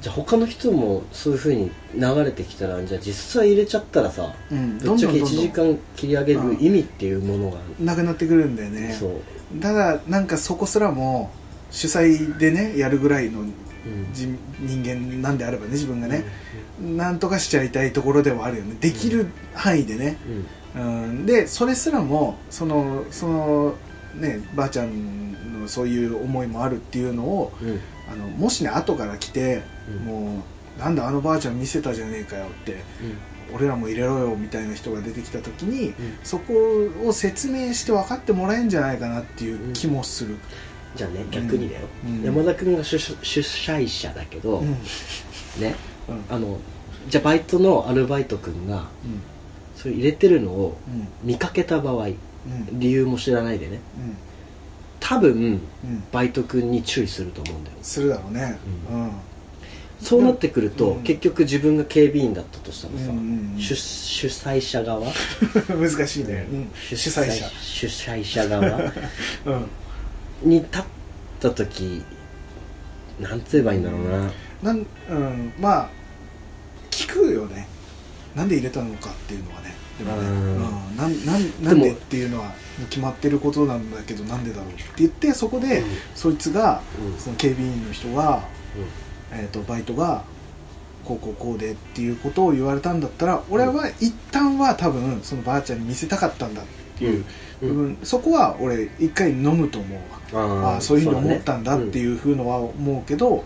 Speaker 1: じゃあ他の人もそういう風に流れてきたらじゃあ実際入れちゃったらさ、
Speaker 2: うん
Speaker 1: ぶっちゃけ1
Speaker 2: どんどんどんどん
Speaker 1: 時間切り上げる意味っていうものが、
Speaker 2: なくなってくるんだよね
Speaker 1: そう、
Speaker 2: ただなんかそこすらも主催でねやるぐらいの
Speaker 1: うん
Speaker 2: じ人間なんであればね自分がね、なんとかしちゃいたいところではあるよねできる範囲でね、
Speaker 1: うん
Speaker 2: うん、でそれすらもそのそのねばあちゃんのそういう思いもあるっていうのを
Speaker 1: うん
Speaker 2: あのもしね後から来て、
Speaker 1: うん
Speaker 2: もうなんだあのばあちゃん見せたじゃねえかよって俺らも入れろよみたいな人が出てきた時に、
Speaker 1: ん
Speaker 2: そこを説明して分かってもらえんじゃないかなっていう気もする、
Speaker 1: じゃあね逆にだよ、
Speaker 2: うん
Speaker 1: 山田君が主主催者だけど、
Speaker 2: うんうん
Speaker 1: ね
Speaker 2: うん
Speaker 1: あのじゃあバイトのアルバイト君がそれ入れてるのを
Speaker 2: うん
Speaker 1: 見かけた場合
Speaker 2: うん
Speaker 1: 理由も知らないでね
Speaker 2: うん
Speaker 1: 多分
Speaker 2: うん
Speaker 1: バイト君に注意すると思うんだよ
Speaker 2: するだろうね
Speaker 1: う
Speaker 2: うん
Speaker 1: そうなってくると、
Speaker 2: うん
Speaker 1: 結局自分が警備員だったとしたらさ、
Speaker 2: うんうんうん
Speaker 1: 主主催者側
Speaker 2: 難しいね、うん 主催者
Speaker 1: 主催者 側
Speaker 2: うん
Speaker 1: に立った時なんつ言えばいいんだろうな
Speaker 2: なんうんまあ聞くよねなんで入れたのかっていうのはねでもね、
Speaker 1: うん
Speaker 2: うん、なんなん
Speaker 1: で
Speaker 2: な
Speaker 1: も
Speaker 2: んでっていうのは決まってることなんだけどなんでだろうって言ってそこで、
Speaker 1: うん
Speaker 2: そいつが、
Speaker 1: うん
Speaker 2: その警備員の人が、
Speaker 1: うん
Speaker 2: えー、とバイトがこうこうこうでっていうことを言われたんだったら俺は一旦は多分そのばあちゃんに見せたかったんだっていう部分、そこは俺一回飲むと思うわああそういうふうに思ったんだって
Speaker 1: う
Speaker 2: いうふうのは思うけど、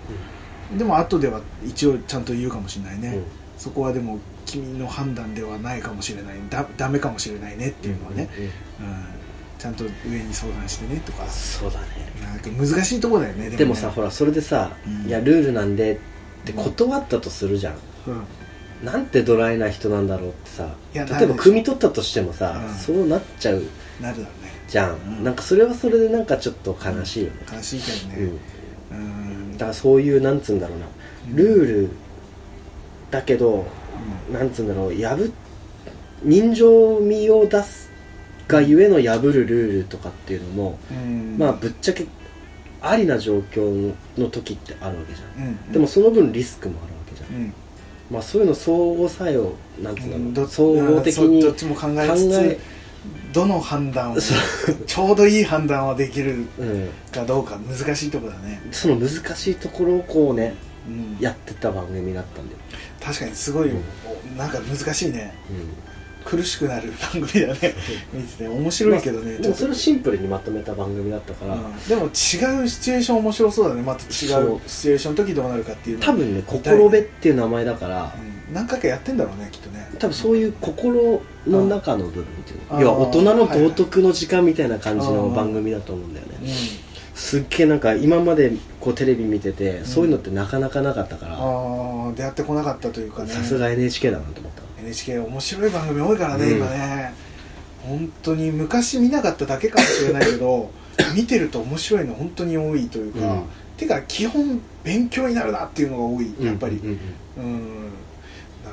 Speaker 2: でも後では一応ちゃんと言うかもしれないね、
Speaker 1: だね
Speaker 2: そこはでも君の判断ではないかもしれないだダメかもしれないねっていうのはね、
Speaker 1: うんうん
Speaker 2: うんちゃんと上に相談してねとか
Speaker 1: そうだね
Speaker 2: なんか難しいとこだよね
Speaker 1: でも
Speaker 2: ね
Speaker 1: さほらそれでさ
Speaker 2: うん
Speaker 1: 「いやルールなんで」って断ったとするじゃん
Speaker 2: うん
Speaker 1: なんてドライな人なんだろうってさ
Speaker 2: いやな
Speaker 1: 例えば
Speaker 2: るでしょ
Speaker 1: 汲み取ったとしてもさ
Speaker 2: うん
Speaker 1: そうなっちゃう
Speaker 2: なるだろ
Speaker 1: じゃ
Speaker 2: うんん
Speaker 1: なんかそれはそれでなんかちょっと悲しいよね
Speaker 2: うね悲しいけど
Speaker 1: う
Speaker 2: ね
Speaker 1: ん
Speaker 2: うん、
Speaker 1: だからそういうなんつうんだろうなルールだけどなんつうんだろう破人情味を出すがゆえの破るルールとかっていうのも
Speaker 2: うん
Speaker 1: まあぶっちゃけありな状況の時ってあるわけじゃん
Speaker 2: うん
Speaker 1: でもその分リスクもあるわけじゃん、
Speaker 2: うん
Speaker 1: まあ、そういうの相互作用なんつう
Speaker 2: うん
Speaker 1: んだ
Speaker 2: ど
Speaker 1: ろう総合的に
Speaker 2: ど
Speaker 1: 考
Speaker 2: っちも考えつ
Speaker 1: え
Speaker 2: つどの判断を
Speaker 1: そ
Speaker 2: ちょうどいい判断はできる
Speaker 1: うん、
Speaker 2: かどうか難しいとこだね、
Speaker 1: その難しいところをこうね
Speaker 2: うん、
Speaker 1: やってた番組だったんだよ、
Speaker 2: 確かにすごい、
Speaker 1: うん
Speaker 2: なんか難しいね
Speaker 1: うん
Speaker 2: 苦しくなる番組だ ね見てて面白いけどね、
Speaker 1: で
Speaker 2: ち
Speaker 1: も
Speaker 2: ょっと
Speaker 1: それをシンプルにまとめた番組だったから、
Speaker 2: うんでも違うシチュエーション面白そうだねまた違うシチ
Speaker 1: そう
Speaker 2: ュエーションの時どうなるかっていうの
Speaker 1: 多分ね「心べ」っていう名前だから、
Speaker 2: うん何回かやってんだろうねきっとね
Speaker 1: 多分そういう心の中の部分っていう
Speaker 2: あ
Speaker 1: の
Speaker 2: ー
Speaker 1: 要は大人の道徳の時間みたいな感じの番組だと思うんだよ
Speaker 2: う
Speaker 1: ね
Speaker 2: ん
Speaker 1: すっげえなんか今までこうテレビ見てて
Speaker 2: ん
Speaker 1: そういうのってなかなかなかったから
Speaker 2: ああ出会ってこなかったというかね
Speaker 1: さすが NHK だなと思った
Speaker 2: NHK 面白い番組多いからね、
Speaker 1: うん
Speaker 2: 今ね本当に昔見なかっただけかもしれないけ ど見てると面白いの本当に多いというか、
Speaker 1: うん
Speaker 2: てか基本勉強になるなっていうのが多いやっぱり、
Speaker 1: うんうん
Speaker 2: うん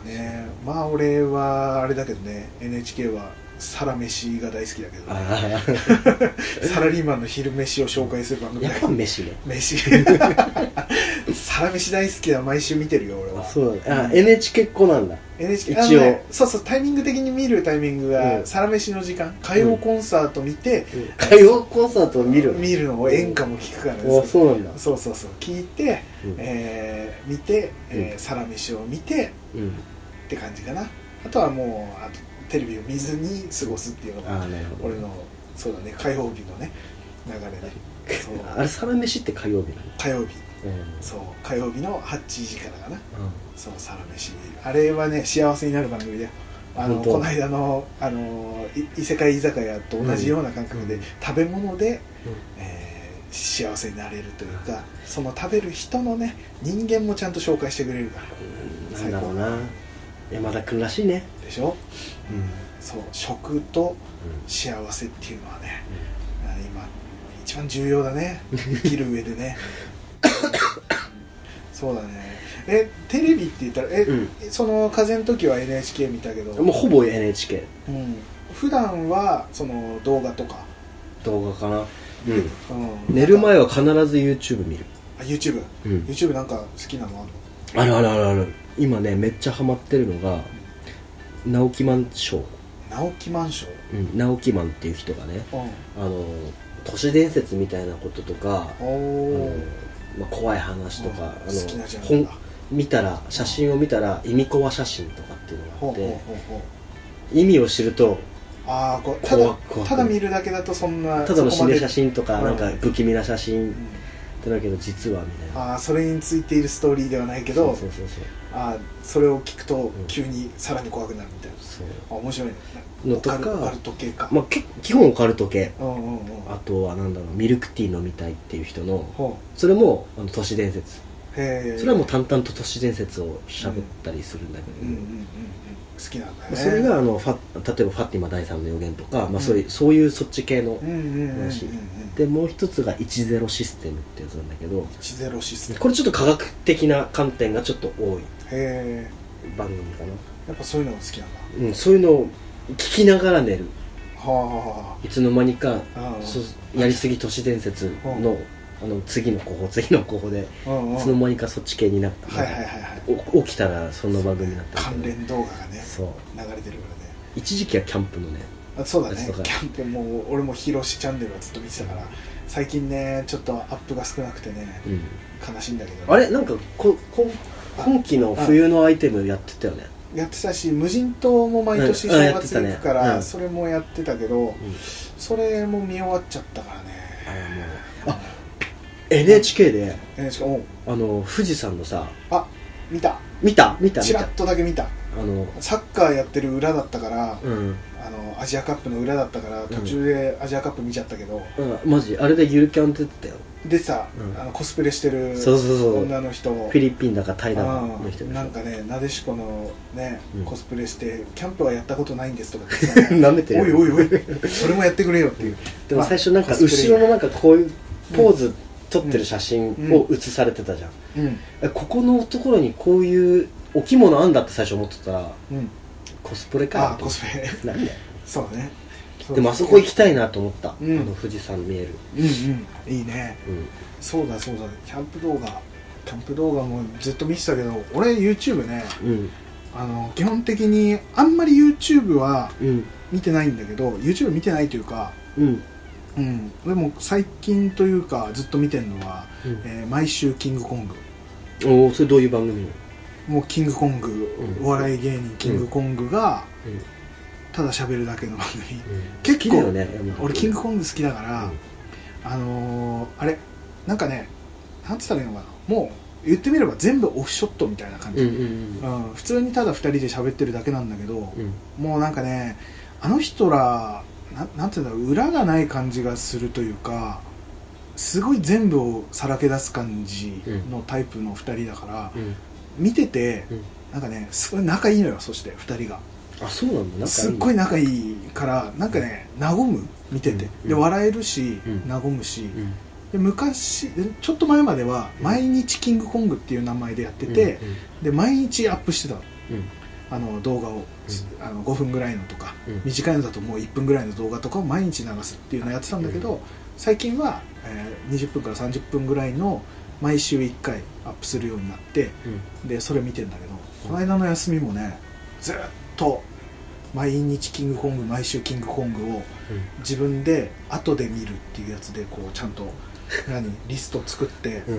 Speaker 2: だねまあ俺はあれだけどね NHK はサラメシが大好きだけど、ね、
Speaker 1: ああ
Speaker 2: サラリーマンの昼飯を紹介する番組だ
Speaker 1: やっ
Speaker 2: け
Speaker 1: ぱ
Speaker 2: ど
Speaker 1: 飯ね
Speaker 2: 飯 サラメシ大好きだ毎週見てるよ俺
Speaker 1: あ
Speaker 2: は
Speaker 1: そうだねあ
Speaker 2: うん
Speaker 1: NHK っ子なんだ
Speaker 2: NHK
Speaker 1: 一応
Speaker 2: あのねそうそうタイミング的に見るタイミングが、
Speaker 1: うん
Speaker 2: サラメシの時間歌謡コンサート見て、
Speaker 1: 歌謡コンサートを見る
Speaker 2: 見るのを演歌も聞くから
Speaker 1: あそうなんだ
Speaker 2: そうそうそう聞いて、
Speaker 1: うん
Speaker 2: えー見て、えー
Speaker 1: うん
Speaker 2: サラメシを見て
Speaker 1: うん
Speaker 2: って感じかなあとはもうあとテレビを見ずに過ごすっていうの
Speaker 1: あ
Speaker 2: が
Speaker 1: あなるほ
Speaker 2: 俺
Speaker 1: ど
Speaker 2: のそうだね火曜日のね流れ でそう
Speaker 1: あれサラメシって火曜日なの
Speaker 2: 火曜日
Speaker 1: うん
Speaker 2: そう火曜日の8時からかなそうサラメシあれはね幸せになる番組だよあの
Speaker 1: 本当
Speaker 2: この間のあのい異世界居酒屋と同じような感覚で、
Speaker 1: うん
Speaker 2: 食べ物で、
Speaker 1: うん
Speaker 2: えー幸せになれるというかその食べる人のね人間もちゃんと紹介してくれるから
Speaker 1: うんなんだろうな山田君らしいね
Speaker 2: でしょ
Speaker 1: うん
Speaker 2: そう食と幸せっていうのはねあ今一番重要だね生きる上で ねそうだねえテレビって言ったらえ、
Speaker 1: うん
Speaker 2: その風の時は NHK 見たけど
Speaker 1: もうほぼ NHK
Speaker 2: うん、普段はその動画とか、
Speaker 1: 動画かなうん
Speaker 2: うん
Speaker 1: 寝る前
Speaker 2: は
Speaker 1: は必ず YouTube 見る
Speaker 2: あ YouTube、
Speaker 1: うん
Speaker 2: YouTube なんか好きなのある
Speaker 1: あるあるあるある今ねめっちゃハマってるのが直木マンショー
Speaker 2: の直木マンション
Speaker 1: うん直木マンっていう人がねあの都市伝説みたいなこととかあ
Speaker 2: お
Speaker 1: の
Speaker 2: お
Speaker 1: まあ、怖い話とか、あの
Speaker 2: 好きなジャン
Speaker 1: 本
Speaker 2: ルだ
Speaker 1: 見たら写真を見たら意味コア写真とかっていうのが
Speaker 2: ほ
Speaker 1: あ
Speaker 2: うほう
Speaker 1: っ
Speaker 2: ほう
Speaker 1: て
Speaker 2: ほう
Speaker 1: 意味を知ると
Speaker 2: ああこうただ
Speaker 1: 怖く怖く
Speaker 2: ただ見るだけだとそんな
Speaker 1: ただの心
Speaker 2: そこま
Speaker 1: 霊
Speaker 2: で
Speaker 1: 写真とか
Speaker 2: うん
Speaker 1: なんか不気味な写真っ
Speaker 2: うん
Speaker 1: てだけど実はみたいな
Speaker 2: ああそれについているストーリーではないけ
Speaker 1: そ
Speaker 2: ど
Speaker 1: うそうそうそう
Speaker 2: ああそれを聞くと
Speaker 1: ん
Speaker 2: 急にさらに怖くなるみたいな、
Speaker 1: そう
Speaker 2: あ面白いね
Speaker 1: のとか
Speaker 2: オカルオカルト系か、
Speaker 1: まあけ基本オカルト系
Speaker 2: うんうんうん
Speaker 1: あとはなんだろうミルクティー飲みたいっていう人の
Speaker 2: ほ
Speaker 1: それもあの都市伝説
Speaker 2: うへえ
Speaker 1: それはもう淡々と都市伝説を喋ったりするんだけど、
Speaker 2: うんうんうんうん好きなんだね
Speaker 1: それがあのファ例えば「ファティマ第三の予言」とか、まあそういうそういうそっち系の
Speaker 2: うんうんうんうんうん
Speaker 1: 話でもう一つが10システムってやつなんだけど
Speaker 2: 10システム
Speaker 1: これちょっと科学的な観点がちょっと多い
Speaker 2: へえ
Speaker 1: 番組かな、
Speaker 2: やっぱそういうのが好きなんだ
Speaker 1: うん、そういうのを聞きながら寝る
Speaker 2: はい
Speaker 1: つの間にか
Speaker 2: あはあ
Speaker 1: そうやりすぎ都市伝説のあの次の候補次の候補で
Speaker 2: うんうん
Speaker 1: い
Speaker 2: は
Speaker 1: つ
Speaker 2: い
Speaker 1: の間にかそっち系になっ
Speaker 2: はいはいはい
Speaker 1: お起きたらそんな番組になってる
Speaker 2: 関連動画がね
Speaker 1: そう
Speaker 2: 流れてるからね
Speaker 1: 一時期はキャンプのね
Speaker 2: あそうだね
Speaker 1: そうか
Speaker 2: キャンプもう俺も「ヒロシチャンネル」はずっと見てたから最近ねちょっとアップが少なくてね
Speaker 1: うん
Speaker 2: 悲しいんだけど
Speaker 1: あれなんかここ今期の冬のアイテムやってたよね
Speaker 2: やってたし無人島も毎年
Speaker 1: うんうん
Speaker 2: 正
Speaker 1: やって
Speaker 2: 月
Speaker 1: た
Speaker 2: に
Speaker 1: ね
Speaker 2: 行くか
Speaker 1: うん
Speaker 2: らそれもやってたけど
Speaker 1: ん
Speaker 2: それも見終わっちゃったからね
Speaker 1: あもうあ NHK で
Speaker 2: NHK おう
Speaker 1: あの富士山のさ
Speaker 2: あ見た
Speaker 1: 見た見た見
Speaker 2: チ
Speaker 1: た
Speaker 2: ラッとだけ見た
Speaker 1: あの
Speaker 2: サッカーやってる裏だったから
Speaker 1: うん、
Speaker 2: あのアジアカップの裏だったから途中でアジアカップ見ちゃったけど
Speaker 1: うん、マジあれでゆるキャンって言ってたよ
Speaker 2: でさ
Speaker 1: うん
Speaker 2: あのコスプレしてる
Speaker 1: そうそうそう
Speaker 2: 女の人を
Speaker 1: フィリピンだかタイだかの人
Speaker 2: うんなんかねなでしこのね
Speaker 1: うん
Speaker 2: コスプレしてキャンプはやったことないんですとかってさ
Speaker 1: 舐めてる
Speaker 2: おいおいおいそれもやってくれよっていう
Speaker 1: でも最初なんか
Speaker 2: まあコスプ
Speaker 1: 後
Speaker 2: レ
Speaker 1: ろのなんかこういうポーズ撮ってる写真を写されてたじゃん、
Speaker 2: うん
Speaker 1: えここのところにこういうお着物あんだって最初思ってたら
Speaker 2: うん
Speaker 1: コスプレか
Speaker 2: あコスプレ
Speaker 1: なんで
Speaker 2: そうね
Speaker 1: でもあそこ行きたいなと思った、
Speaker 2: うん
Speaker 1: あの富士山見える、
Speaker 2: うんうんいいね
Speaker 1: うん、
Speaker 2: そうだそうだキャンプ動画キャンプ動画もずっと見てたけど俺 YouTube ね
Speaker 1: うん
Speaker 2: あの基本的にあんまり YouTube は
Speaker 1: うん
Speaker 2: 見てないんだけど YouTube 見てないというか
Speaker 1: うん
Speaker 2: うんでも最近というかずっと見てるのは、
Speaker 1: うん
Speaker 2: えー毎週キングコング
Speaker 1: おおそれどういう番組なの
Speaker 2: もうキングコング、
Speaker 1: うん
Speaker 2: お笑い芸人キングコングが
Speaker 1: うんうん
Speaker 2: ただ喋るだけの番組、
Speaker 1: 好
Speaker 2: 結構
Speaker 1: きだよね山田
Speaker 2: 俺キングコング好きだか
Speaker 1: うん
Speaker 2: ら、あのーあれなんかねなんつったらいいのかなもう言ってみれば全部オフショットみたいな感じ、
Speaker 1: う
Speaker 2: うん
Speaker 1: んうん
Speaker 2: 普通にただ2人で喋ってるだけなんだけど、
Speaker 1: うん
Speaker 2: もうなんかねあの人らななんていうんだろう裏がない感じがするというかすごい全部をさらけ出す感じのタイプの2人だから、
Speaker 1: うん
Speaker 2: 見てて
Speaker 1: うん
Speaker 2: なんかねすごい仲いいのよそして2人が
Speaker 1: あそうなんだ
Speaker 2: すっご
Speaker 1: い
Speaker 2: い仲いいからなんかね和む見てて、
Speaker 1: うん
Speaker 2: で笑えるし、
Speaker 1: うん
Speaker 2: 和むし、
Speaker 1: うん
Speaker 2: で昔ちょっと前までは「
Speaker 1: うん
Speaker 2: 毎日キングコング」っていう名前でやってて、で毎日アップしてたの
Speaker 1: うん
Speaker 2: あの動画を、あの5分ぐらいのとか、
Speaker 1: うん
Speaker 2: 短いのだともう1分ぐらいの動画とかを毎日流すっていうのをやってたんだけど、
Speaker 1: うん
Speaker 2: 最近は、えー20分から30分ぐらいの毎週1回アップするようになって
Speaker 1: うん
Speaker 2: でそれ見てんだけどこの間の休みもねずっと毎日キングコング毎週キングコングを自分で後で見るっていうやつでこうちゃんと 何リスト作って
Speaker 1: うん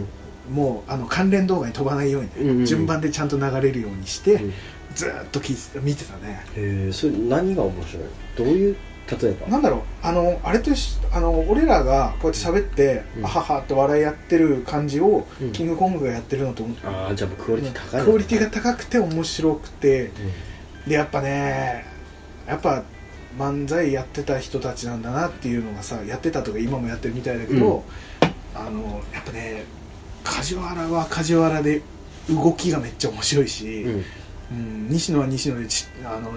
Speaker 1: うん
Speaker 2: もうあの関連動画に飛ばないようにね、
Speaker 1: うんうんうん
Speaker 2: 順番でちゃんと流れるようにして、ずっと聞いて見てたね
Speaker 1: へえそれ何が面白いどういう例えば
Speaker 2: なんだろうあのあれとしあの俺らがこうやって喋って、
Speaker 1: うん
Speaker 2: あははって笑いやってる感じを、
Speaker 1: うん
Speaker 2: キングコングがやってるのと思って
Speaker 1: ああじゃあもうクオリティ高い
Speaker 2: クオリティが
Speaker 1: 高
Speaker 2: 高くて面白くてでやっぱねやっぱ漫才やってた人たちなんだなっていうのがさやってたとか今もやってるみたいだけど、あのやっぱね梶原は梶原で動きがめっちゃ面白いし、
Speaker 1: うん
Speaker 2: うん、西野は西野でちあの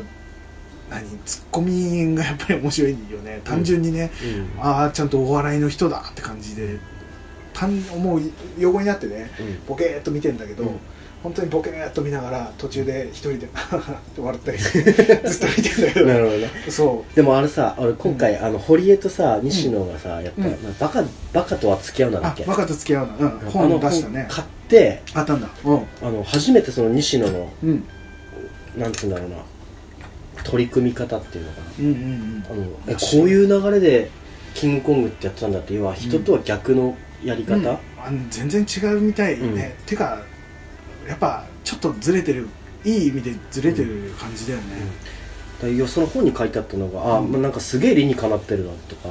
Speaker 2: 何ツッコミがやっぱり面白いよね単純にね、
Speaker 1: うん
Speaker 2: ああちゃんとお笑いの人だって感じで単もう横になってね
Speaker 1: うん
Speaker 2: ボケーっと見てんだけど、
Speaker 1: うん
Speaker 2: 本当にボケーっと見ながら途中で一人で って笑 ったりしてずっと見てんだけど
Speaker 1: なるほどね
Speaker 2: そ
Speaker 1: でもあれさ俺今回、あの堀江とさ西野がさやっぱ、
Speaker 2: うん
Speaker 1: まあ、バカバカとは付き合うな
Speaker 2: うん
Speaker 1: だ
Speaker 2: あ
Speaker 1: っけ
Speaker 2: バカと付き合うな、うん、
Speaker 1: あ
Speaker 2: 本
Speaker 1: の
Speaker 2: を出したね
Speaker 1: 買って
Speaker 2: あったんだうん
Speaker 1: あの初めてその西野の
Speaker 2: うん
Speaker 1: なんつうんだろうな取り組み方っていうのかな
Speaker 2: うんうん
Speaker 1: あのえこういう流れでキングコングってやってたんだって要は人とは逆のやり
Speaker 2: う
Speaker 1: 方、
Speaker 2: ん、うん、あの全然違うみたいね、てかやっぱちょっとずれてるいい意味でずれてる感じだよね、
Speaker 1: だからその本に書いてあったのが、あまあなんかすげえ理にかなってるなとか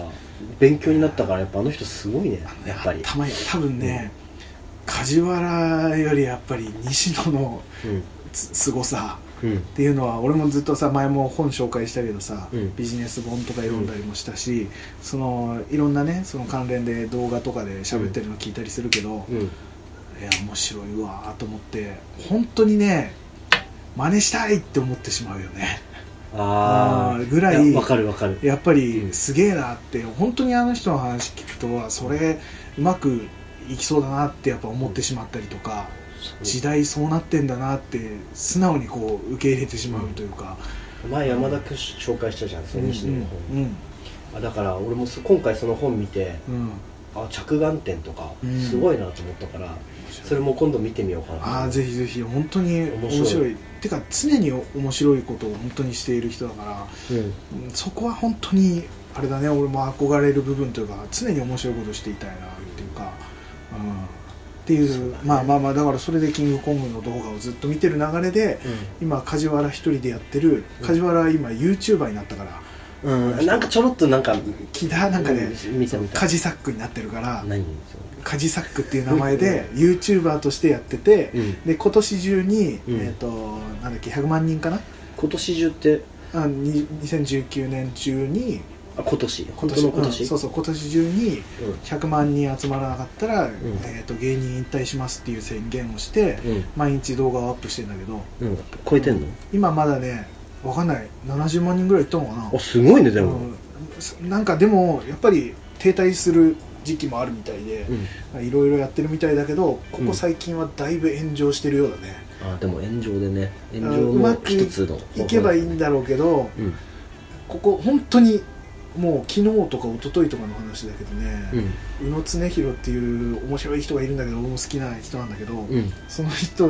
Speaker 1: 勉強になったからやっぱあの人すごいねやっぱり、
Speaker 2: 頭いい多分ね、梶原よりやっぱり西野の
Speaker 1: うん
Speaker 2: すすごさ
Speaker 1: うん
Speaker 2: っていうのは俺もずっとさ前も本紹介したけどさ、
Speaker 1: うん
Speaker 2: ビジネス本とか読んだりもしたし、そのいろんなねその関連で動画とかで喋ってるの聞いたりするけど、い
Speaker 1: うん
Speaker 2: や面白いわーと思って本当にね真似したいって思ってしまうよね
Speaker 1: ああ
Speaker 2: あーぐらい
Speaker 1: わかるわかる
Speaker 2: やっぱ
Speaker 1: うん
Speaker 2: りすげえなって本当にあの人の話聞くとはそれうまくいきそうだなってやっぱ思ってしまったりとか、時代そうなってんだなって素直にこう受け入れてしまうというか、
Speaker 1: 前山田君紹介したじゃんその西野の本、
Speaker 2: うん
Speaker 1: あだから俺もそ今回その本見て
Speaker 2: うん
Speaker 1: あ着眼点とか
Speaker 2: うん
Speaker 1: すごいなと思ったから、それも今度見てみようかな
Speaker 2: ああぜひぜひ本当に面白い
Speaker 1: 面白い
Speaker 2: てか常に面白いことを本当にしている人だから
Speaker 1: うん
Speaker 2: うんそこは本当にあれだね俺も憧れる部分というか常に面白いことをしていたいなっていうか、うん、っていうまあまあまあだからそれで「キングコング」の動画をずっと見てる流れで今梶原一人でやってる梶原は今 YouTuber になったから
Speaker 1: うん、なんかちょろっとなんか
Speaker 2: 木田なんかね
Speaker 1: うん見た見た
Speaker 2: カジサックになってるから
Speaker 1: 何
Speaker 2: カジサックっていう名前で YouTuber としてやってて、
Speaker 1: うん
Speaker 2: で今年中に、
Speaker 1: うん
Speaker 2: えっ、となんだっけ100万人かな
Speaker 1: 今年中って
Speaker 2: あに2019年中に
Speaker 1: あ今年
Speaker 2: 今
Speaker 1: 本当
Speaker 2: 年
Speaker 1: の今
Speaker 2: う
Speaker 1: 年
Speaker 2: んそうそう今年中に100万人集まらなかったら、えー、と芸人引退しますっていう宣言をして、
Speaker 1: うん
Speaker 2: 毎日動画をアップしてんだけど
Speaker 1: うん、うん、超えてんの
Speaker 2: 今まだねわかんない70万人ぐらいいったのかな
Speaker 1: あすごいねでも、
Speaker 2: うんなんかでもやっぱり停滞する時期もあるみたいで、
Speaker 1: うん
Speaker 2: いろいろやってるみたいだけどこ
Speaker 1: う
Speaker 2: こ
Speaker 1: ん
Speaker 2: 最近はだいぶ炎上してるようだね、
Speaker 1: あでも炎上でね
Speaker 2: う
Speaker 1: 炎上
Speaker 2: ま
Speaker 1: の
Speaker 2: く
Speaker 1: 一つの
Speaker 2: いけばいいんだろうけど
Speaker 1: うん
Speaker 2: ここ本当にもう昨日とか一昨日とかの話だけどね、
Speaker 1: うん
Speaker 2: 宇野常弘っていう面白い人がいるんだけど俺も好きな人なんだけど、
Speaker 1: うん
Speaker 2: その人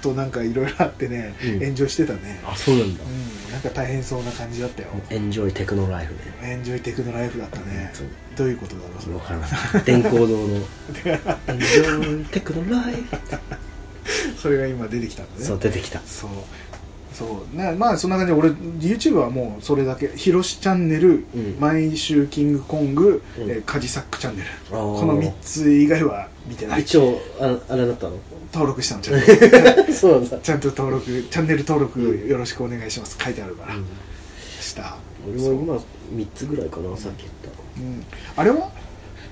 Speaker 2: となんかいろいろあってね、
Speaker 1: うん
Speaker 2: 炎上してたね、
Speaker 1: あそうなんだ
Speaker 2: うん、なんか大変そうな感じだったよ、
Speaker 1: エンジョイテクノライフね
Speaker 2: エンジョイテクノライフだったね、
Speaker 1: そう
Speaker 2: どういうことだろうそれ
Speaker 1: わ
Speaker 2: は
Speaker 1: からない電光堂 のエンジョイテクノライフ
Speaker 2: それが今出てきたんだね
Speaker 1: そう出てきた
Speaker 2: そうそうねまあそんな感じで俺 YouTube はもうそれだけ「ひろしチャンネル」
Speaker 1: うん
Speaker 2: 毎週キングコング」
Speaker 1: うん
Speaker 2: えーカジサックチャンネル」
Speaker 1: あー
Speaker 2: この3つ以外は見てない
Speaker 1: 一応ああれだったの
Speaker 2: 登録したのちゃん と
Speaker 1: そうなんだ
Speaker 2: ちゃんと登録チャンネル登録よろしくお願いします書いてあるから、
Speaker 1: うん
Speaker 2: した、
Speaker 1: 俺も今3つぐらいかなさっき言っ
Speaker 2: うん、あれは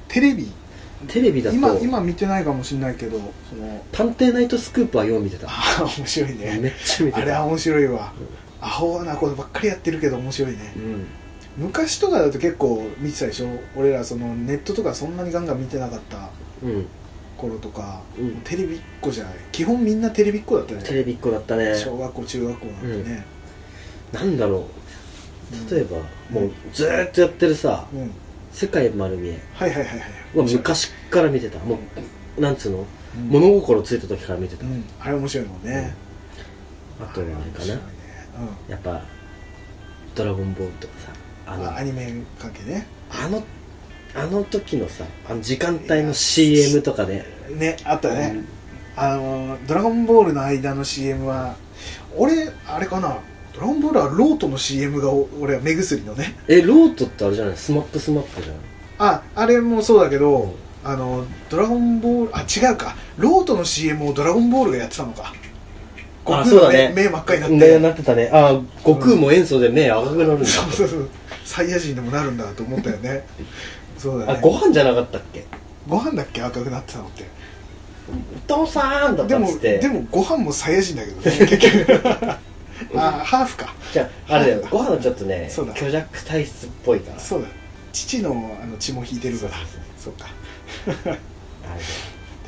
Speaker 2: テレビ
Speaker 1: たテレビだと
Speaker 2: 今今見てないかもしれないけどその
Speaker 1: 探偵ナイトスクープはよう見てた
Speaker 2: ああ面白いね
Speaker 1: めっちゃ見てた
Speaker 2: あれは面白いわ、アホなことばっかりやってるけど面白いね、
Speaker 1: うん
Speaker 2: 昔とかだと結構見てたでしょ俺らそのネットとかそんなにガンガン見てなかった
Speaker 1: うん
Speaker 2: 頃とか、
Speaker 1: うん
Speaker 2: テレビっ子じゃない基本みんなテレビっ子だったよ
Speaker 1: テ
Speaker 2: ね
Speaker 1: レビっ子だったね
Speaker 2: 小学校中学校なんてね、
Speaker 1: なんだろ
Speaker 2: うん
Speaker 1: う例えば、もうずーっとやってるさ
Speaker 2: うん
Speaker 1: 「世界丸見え
Speaker 2: はいはいはいはい」
Speaker 1: は昔から見てたもうなんつうの、
Speaker 2: うん
Speaker 1: 物心ついた時から見て
Speaker 2: う
Speaker 1: た、
Speaker 2: んあれ面白いもんね、
Speaker 1: あとはあれかな
Speaker 2: 面白いね
Speaker 1: やっぱ「ドラゴンボール」とかさあ
Speaker 2: うん
Speaker 1: の
Speaker 2: あアニメ関係ね
Speaker 1: あのあの時のさあの時間帯の CM とかで
Speaker 2: ねあったね、あの「ドラゴンボール」の間の CM は俺あれかな「ドラゴンボール」はロートの CM がお俺は目薬のね
Speaker 1: えロートってあれじゃないスマップスマップじゃない
Speaker 2: ああれもそうだけどあのドラゴンボールあ違うかロートの CM をドラゴンボールがやってたのか悟
Speaker 1: あ
Speaker 2: 空
Speaker 1: そう
Speaker 2: の
Speaker 1: だ
Speaker 2: 目,、
Speaker 1: ね
Speaker 2: 目真っ赤になって、
Speaker 1: ねなってたねあー悟空も演奏で目赤くなるんだ、
Speaker 2: そうそうそうサイヤ人でもなるんだと思ったよ ねそうだ
Speaker 1: あ
Speaker 2: ね
Speaker 1: ご飯じゃなかったっけ
Speaker 2: ご飯だっけ赤くなってたのって
Speaker 1: お父さんだっ
Speaker 2: で
Speaker 1: たっ
Speaker 2: も
Speaker 1: つって
Speaker 2: でもご飯もサイヤ人だけど ね結局あハーフか
Speaker 1: じゃああれだよご飯はちょっとね
Speaker 2: そうだ
Speaker 1: 虚弱体質っぽいから
Speaker 2: そうだ父のあの血も引いてるからそうか
Speaker 1: あれ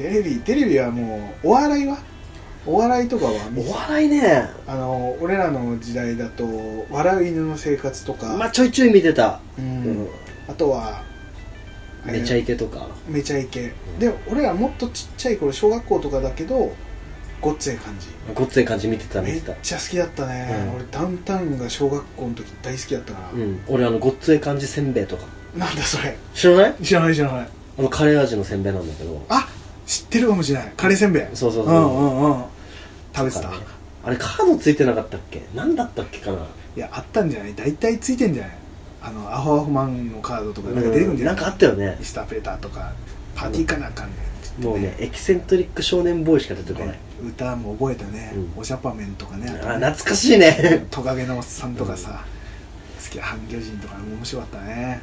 Speaker 2: テレビテレビはもうお笑いはお笑いとかは
Speaker 1: だ
Speaker 2: 見
Speaker 1: よ
Speaker 2: て
Speaker 1: お笑いね
Speaker 2: あの俺らの時代だと「笑う犬の生活」とか、
Speaker 1: まあちょいちょい見てた、
Speaker 2: う
Speaker 1: うん
Speaker 2: んあとは
Speaker 1: 「めちゃ
Speaker 2: イケ
Speaker 1: イケ」とか」
Speaker 2: めちゃイケで俺らもっとちっちゃい頃小学校とかだけどごっつええ感じ
Speaker 1: ごっつい感じ見てた見
Speaker 2: め
Speaker 1: て
Speaker 2: ったちゃ好きだったね、
Speaker 1: うん
Speaker 2: 俺ダウンタウンが小学校の時大好きだったから、
Speaker 1: うん俺あのごっつい感じせんべいとか
Speaker 2: なんだそれ
Speaker 1: 知らない
Speaker 2: 知らない知らない
Speaker 1: あのカレー味のせんべいなんだけど
Speaker 2: あ知ってるかもしれないカレーせんべい
Speaker 1: そうそうそう
Speaker 2: うんうんうん食べてた、
Speaker 1: なんかねあれカードついてなかったっけ何だったっけかない
Speaker 2: やあったんじゃない大体ついてんじゃないあのアホアホマンのカードとかなんか出てくんじゃな
Speaker 1: うんな
Speaker 2: い、
Speaker 1: んかあったよね
Speaker 2: ミスターペーターとかパーティーかなんかね、
Speaker 1: もうねエキセントリック少年ボーイしか出てこない
Speaker 2: 歌も覚えたね、
Speaker 1: うん
Speaker 2: おしゃぱめんとかね
Speaker 1: あ懐かしいね
Speaker 2: トカゲのおっさんとかさ、好き半魚人とかも面白かったね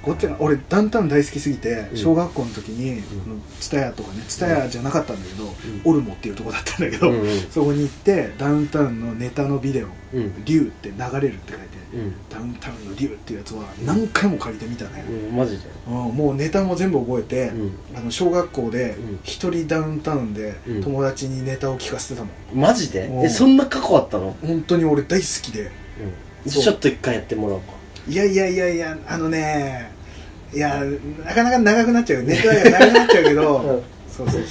Speaker 2: ごっちゃ俺ダウンタウン大好きすぎて
Speaker 1: うん
Speaker 2: 小学校の時に
Speaker 1: う
Speaker 2: 蔦屋、とかね蔦屋じゃなかったんだけど、
Speaker 1: ん
Speaker 2: オルモっていうとこだったんだけ ど、
Speaker 1: うんうん
Speaker 2: そこに行ってダウンタウンのネタのビデオ
Speaker 1: うん
Speaker 2: 「竜、って流れる」って書いて、
Speaker 1: うん
Speaker 2: ダウンタウンの竜っていうやつは何回も借りてみたね、
Speaker 1: うんマジで
Speaker 2: うんもうネタも全部覚えて、
Speaker 1: う
Speaker 2: あの小学校で
Speaker 1: うん
Speaker 2: 一人ダウンタウンで
Speaker 1: うん
Speaker 2: 友達にネタを聞かせてたもん
Speaker 1: マジで
Speaker 2: おう
Speaker 1: えそんな過去あったの
Speaker 2: 本当に俺大好きでそう
Speaker 1: ちょっと一回やってもらおうか
Speaker 2: いやいやいやいやあのねいやなかなか長くなっちゃうよネタが長くなっちゃうけど、
Speaker 1: うん
Speaker 2: そうそうそう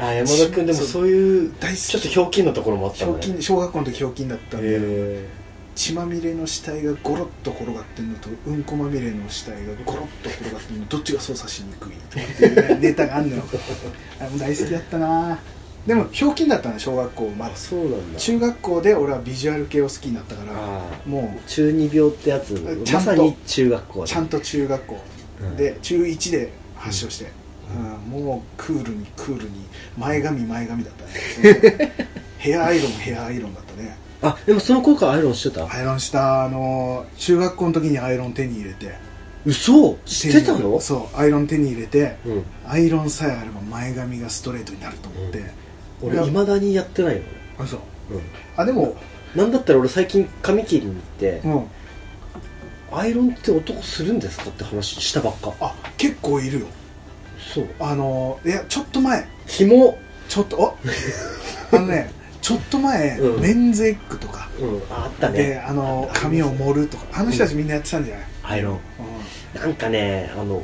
Speaker 1: あ山田君でも
Speaker 2: そう
Speaker 1: そういう
Speaker 2: 大好き
Speaker 1: ちょっとひょうきんのところもあった
Speaker 2: ひ
Speaker 1: も
Speaker 2: ょ
Speaker 1: ん
Speaker 2: う
Speaker 1: ね
Speaker 2: きん小学校の時ひょうきんだったんで、
Speaker 1: へ
Speaker 2: 血まみれの死体がゴロッと転がってるのとうんこまみれの死体がゴロッと転がっ てるのどっちが操作しにくいとかっていうねネタがあんのよあれも大好きだったなでもひょうきんだったの小学校ま
Speaker 1: あ
Speaker 2: だ
Speaker 1: そうなんだ
Speaker 2: 中学校で俺はビジュアル系を好きになったから
Speaker 1: ああ
Speaker 2: も
Speaker 1: 中二病ってやつ
Speaker 2: ちゃ
Speaker 1: ま
Speaker 2: んと
Speaker 1: さに中学校
Speaker 2: う
Speaker 1: だ
Speaker 2: ちゃんと中学校
Speaker 1: うん
Speaker 2: で中1で発症して、うんもうクールにクールに前髪前髪だったねそ のヘアアイロンヘアアイロンだったね
Speaker 1: あでもその効果アイロンしてた
Speaker 2: アイロンしたあの中学校の時にアイロン手に入れて
Speaker 1: 嘘知ってたの
Speaker 2: そうアイロン手に入れて、
Speaker 1: うん
Speaker 2: アイロンさえあれば前髪がストレートになると思って、
Speaker 1: う
Speaker 2: いや
Speaker 1: 俺いまだにやってないのね
Speaker 2: あそう
Speaker 1: うん
Speaker 2: あでも
Speaker 1: なんだったら俺最近髪切りに行って
Speaker 2: うん
Speaker 1: アイロンって男するんですかって話したばっか
Speaker 2: あ結構いるよ
Speaker 1: そう
Speaker 2: あのいやちょっと前
Speaker 1: ひも
Speaker 2: ちょ っとおあのねちょっと前、
Speaker 1: うん
Speaker 2: メンズエッグとか
Speaker 1: うんああった
Speaker 2: で
Speaker 1: ね
Speaker 2: あの髪を盛るとかあの人たちみんなやってたんじゃない、
Speaker 1: アイロン
Speaker 2: う
Speaker 1: なんかねあの,お、
Speaker 2: ん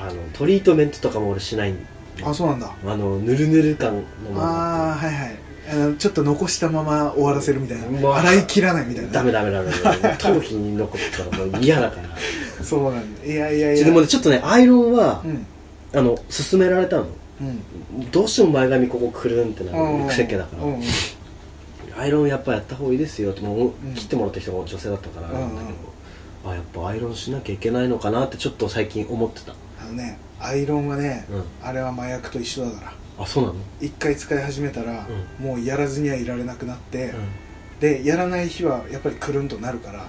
Speaker 1: あのトリートメントとかも俺しない
Speaker 2: んあそうなんだ
Speaker 1: あのぬるぬる感のま
Speaker 2: ああはいはいあのちょっと残したまま終わらせるみたいな、
Speaker 1: うわ
Speaker 2: 洗い切らないみたいな
Speaker 1: ダメダメダメ ダメ頭皮に残ったらもう嫌だから
Speaker 2: そうなんだいやいやいや
Speaker 1: でもねちょっとねアイロンは
Speaker 2: う、ん
Speaker 1: あの勧められたの
Speaker 2: うん
Speaker 1: どうしても前髪ここくるんってな
Speaker 2: うん
Speaker 1: る癖っ気だから、
Speaker 2: うんうん
Speaker 1: アイロンやっぱやった方がいいですよってもう
Speaker 2: うん
Speaker 1: 切ってもらった人が女性だったから
Speaker 2: うん
Speaker 1: なんだけど、あやっぱアイロンしなきゃいけないのかなってちょっと最近思ってた
Speaker 2: あのねアイロンはね、
Speaker 1: うん
Speaker 2: あれは麻薬と一緒だから
Speaker 1: あそうなの、
Speaker 2: 一回使い始めたら、もうやらずにはいられなくなって、
Speaker 1: う
Speaker 2: でやらない日はやっぱりくるんとなるから、
Speaker 1: ん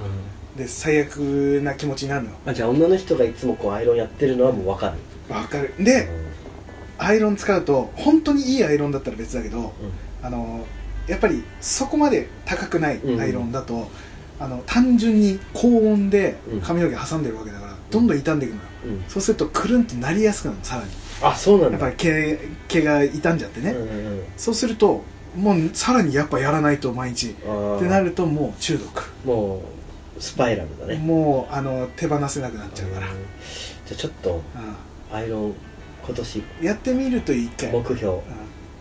Speaker 2: で最悪な気持ちになるのよ
Speaker 1: あじゃあ女の人がいつもこうアイロンやってるのはもう分かる、
Speaker 2: わかるで、アイロン使うと本当にいいアイロンだったら別だけどあのやっぱりそこまで高くない
Speaker 1: うん
Speaker 2: アイロンだと、あの単純に高温で
Speaker 1: うん
Speaker 2: 髪の毛挟んでるわけだから、どんどん傷んでいくのよ
Speaker 1: うんうん
Speaker 2: そうするとくるんとなりやすくなるのさらに
Speaker 1: あそうなん
Speaker 2: や
Speaker 1: だ
Speaker 2: っぱり毛毛が傷んじゃってね、
Speaker 1: うんうんうん
Speaker 2: そうするともうさらにやっぱやらないと毎日
Speaker 1: あー
Speaker 2: ってなるともう中毒
Speaker 1: もうスパイラルだね
Speaker 2: もうあの手放せなくなっちゃうから、
Speaker 1: うんじゃあちょっとアイロン今年
Speaker 2: うんやってみるといいか
Speaker 1: 目標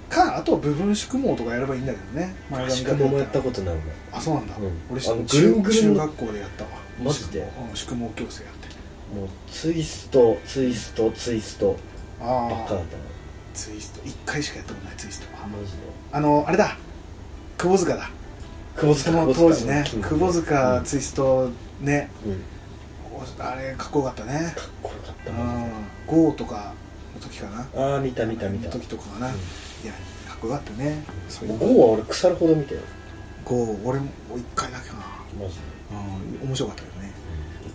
Speaker 2: かあとは部分宿毛とかやればいいんだけどね前
Speaker 1: 足
Speaker 2: 髪
Speaker 1: かも
Speaker 2: だけ
Speaker 1: も
Speaker 2: だ
Speaker 1: やっ
Speaker 2: っ
Speaker 1: た
Speaker 2: たら
Speaker 1: ことないんだ
Speaker 2: あそうなんだ、
Speaker 1: うん
Speaker 2: 俺
Speaker 1: あの
Speaker 2: 中
Speaker 1: ぐるんぐるん
Speaker 2: 中
Speaker 1: の
Speaker 2: 学校でやったわ
Speaker 1: マジで
Speaker 2: 宿毛うん宿毛矯正やって
Speaker 1: もうツイストツイストツイストばっか
Speaker 2: あ
Speaker 1: だっ
Speaker 2: あ
Speaker 1: たな
Speaker 2: ツイスト1回しかやったことないツイストは
Speaker 1: マジで
Speaker 2: あのあれだ窪塚だ
Speaker 1: 久保
Speaker 2: そ
Speaker 1: 塚
Speaker 2: の当時ね
Speaker 1: 久
Speaker 2: 窪
Speaker 1: 保
Speaker 2: 塚
Speaker 1: うん
Speaker 2: ツイストね、
Speaker 1: うん
Speaker 2: あれかっこよかったね
Speaker 1: かっこよかったな
Speaker 2: うんゴーとかの時かな
Speaker 1: ああ見た見た見た
Speaker 2: あの時とかかな、
Speaker 1: うん
Speaker 2: いやかっこよかったねそういう
Speaker 1: 5は俺腐るほど見たよ
Speaker 2: ゴー俺も一回だけかな
Speaker 1: マジで
Speaker 2: うん面白かったけどね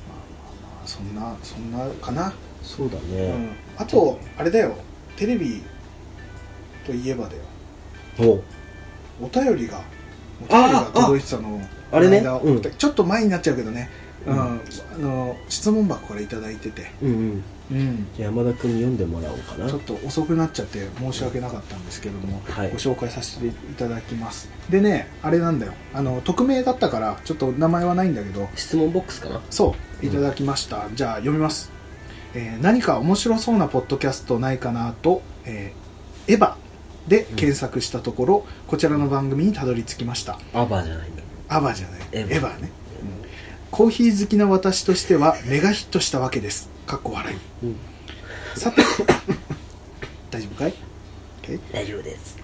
Speaker 2: まあまあまあそんなそんなかな、
Speaker 1: そうだ
Speaker 2: うん
Speaker 1: ね
Speaker 2: あとあれだよテレビといえばだよ
Speaker 1: もう
Speaker 2: お便りがお便りが
Speaker 1: あー
Speaker 2: 届いてたのを
Speaker 1: ああれね
Speaker 2: この
Speaker 1: う
Speaker 2: 間
Speaker 1: ん
Speaker 2: ちょっと前になっちゃうけどね、うん
Speaker 1: うん
Speaker 2: あの質問箱から頂いただいてて、
Speaker 1: うんうん山田君に読んでもらおうかな
Speaker 2: ちょっと遅くなっちゃって申し訳なかったんですけども、
Speaker 1: はい
Speaker 2: ご紹介させていただきますでねあれなんだよあの匿名だったからちょっと名前はないんだけど
Speaker 1: 質問ボックスかな
Speaker 2: そういただきました、じゃあ読みます、えー何か面白そうなポッドキャストないかなと「えーエヴァ」で検索したところ、こちらの番組にたどり着きました
Speaker 1: アバじゃないんだ
Speaker 2: 「アバ」じゃない「エ
Speaker 1: エヴ
Speaker 2: ヴァ
Speaker 1: ァ」
Speaker 2: ね、うんコーヒー好きな私としてはメガヒットしたわけですかっこ笑い
Speaker 1: うん
Speaker 2: さて大丈夫かい OK
Speaker 1: 大丈夫です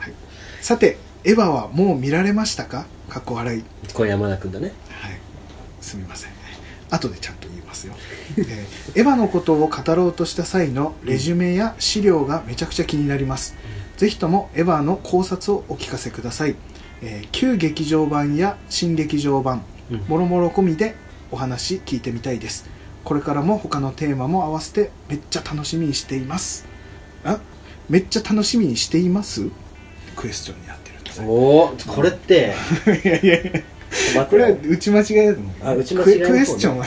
Speaker 2: さて「エヴァ」はもう見られましたかかっこ笑い
Speaker 1: これ山田君だね
Speaker 2: はい、すみません後でちゃんと言いますよ、えーエヴァのことを語ろうとした際のレジュメや資料がめちゃくちゃ気になります、ぜひともエヴァの考察をお聞かせください、えー旧劇場版や新劇場版
Speaker 1: うん
Speaker 2: もろもろ込みでお話聞いてみたいですこれからも他のテーマも合わせてめっちゃ楽しみにしていますあめっちゃ楽しみにしていますクエスチョンになってるんです
Speaker 1: おおこれって
Speaker 2: いやいやいや
Speaker 1: 待
Speaker 2: これは
Speaker 1: って
Speaker 2: 打ち間違えだと思う
Speaker 1: あ打ち間違えの方ね
Speaker 2: クエクエスチョンは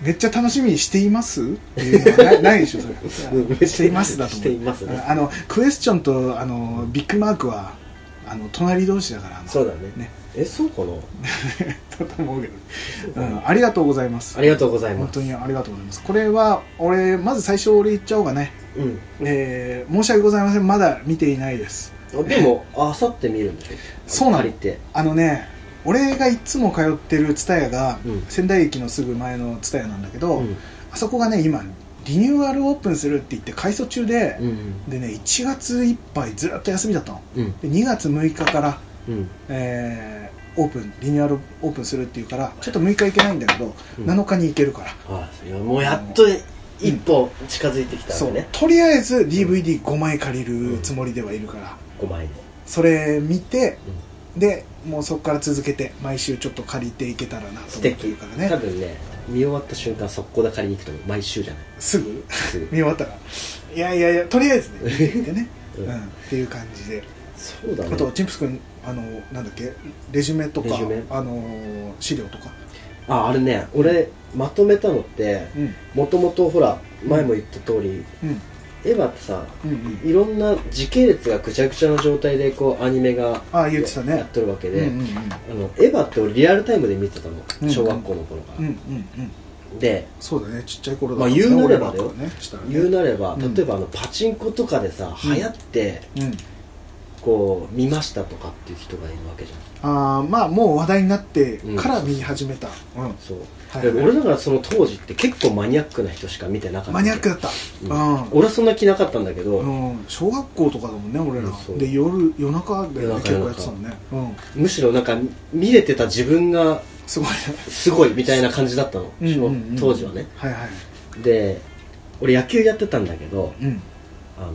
Speaker 2: めっちゃ楽しみにしていますっていうのはなないでし ょそれ
Speaker 1: うん
Speaker 2: していますだと思う
Speaker 1: していますね
Speaker 2: あのクエスチョンとあのビッグマークはあの隣同士だからあの
Speaker 1: そうだね
Speaker 2: ね
Speaker 1: えそうかな
Speaker 2: だと思うけど、うん、ありがとうございます
Speaker 1: ありがとうござい
Speaker 2: 本
Speaker 1: ます
Speaker 2: 当にありがとうございますこれは俺まず最初俺言っちゃおうがね
Speaker 1: うん
Speaker 2: えー申し訳ございませんまだ見ていないです
Speaker 1: あでもあさって見るんでしょ
Speaker 2: そうなの
Speaker 1: 借りて
Speaker 2: あのね俺がいつも通ってる蔦屋が、
Speaker 1: うん
Speaker 2: 仙台駅のすぐ前の蔦屋なんだけど、
Speaker 1: うん
Speaker 2: あそこがね今リニューアルオープンするって言って改装中で
Speaker 1: う、ん
Speaker 2: でね1月いっぱいずっと休みだったの
Speaker 1: うん
Speaker 2: で2月6日から、
Speaker 1: うん
Speaker 2: えーオープンリニューアルオープンするっていうからちょっと6日行けないんだけど、
Speaker 1: うん
Speaker 2: 7日に行けるから
Speaker 1: あいやもうやっと一歩近づいてきた
Speaker 2: そ
Speaker 1: んで
Speaker 2: う
Speaker 1: ね、
Speaker 2: とりあえず DVD5 枚借りるつもりではいるから、
Speaker 1: 5枚で
Speaker 2: それ見てでもうそこから続けて毎週ちょっと借りていけたらなと
Speaker 1: 素
Speaker 2: 思っ
Speaker 1: 敵
Speaker 2: てるから
Speaker 1: 多
Speaker 2: ね
Speaker 1: 分ね見終わった瞬間速攻で借りに行くと思う毎週じゃない
Speaker 2: すぐ
Speaker 1: すぐ
Speaker 2: 見終わったらいやいやいやとりあえずね見てみて ね、
Speaker 1: う
Speaker 2: うんんっていう感じで
Speaker 1: そうだ
Speaker 2: あと
Speaker 1: ね
Speaker 2: チンプス君あのなんだっけレジュメとか
Speaker 1: レジュメ
Speaker 2: あの資料とか、
Speaker 1: ああれね俺まとめたのって
Speaker 2: うん
Speaker 1: もともとほら前も言った通り
Speaker 2: うん
Speaker 1: エヴァってさ
Speaker 2: うんうん
Speaker 1: いろんな時系列がぐちゃぐちゃの状態でこうアニメが
Speaker 2: あ言ってたね
Speaker 1: やっとるわけ
Speaker 2: うんう
Speaker 1: で、
Speaker 2: ん
Speaker 1: あのエヴァって俺リアルタイムで見てたの、
Speaker 2: うん
Speaker 1: 小学校の頃から、
Speaker 2: うんうんうん
Speaker 1: で
Speaker 2: そうだねちっちゃい頃だ
Speaker 1: まあ言うなれば
Speaker 2: 俺なんかはねしたらね
Speaker 1: 言うなれば、
Speaker 2: うん
Speaker 1: 例えばあのパチンコとかでさ、
Speaker 2: うん
Speaker 1: 流行って
Speaker 2: うん
Speaker 1: こう見ましたとかっていう人がいるわけじゃん
Speaker 2: あーまあもう話題になってから見始めた、うん
Speaker 1: そう、
Speaker 2: はいはい
Speaker 1: で俺だからその当時って結構マニアックな人しか見てなかった
Speaker 2: マニアックだった、
Speaker 1: うん
Speaker 2: うん
Speaker 1: 俺はそんな気なかったんだけど、
Speaker 2: うん、小学校とかだもんね俺ら
Speaker 1: うんそう
Speaker 2: で夜夜中で、ね、
Speaker 1: 夜中
Speaker 2: 結構やってたもんね、うん、
Speaker 1: むしろなんか見れてた自分が
Speaker 2: すごいね
Speaker 1: すごいみたいな感じだったの、
Speaker 2: うんうんうん
Speaker 1: 当時はね
Speaker 2: はいはい、
Speaker 1: で俺野球やってたんだけど
Speaker 2: うん、
Speaker 1: あの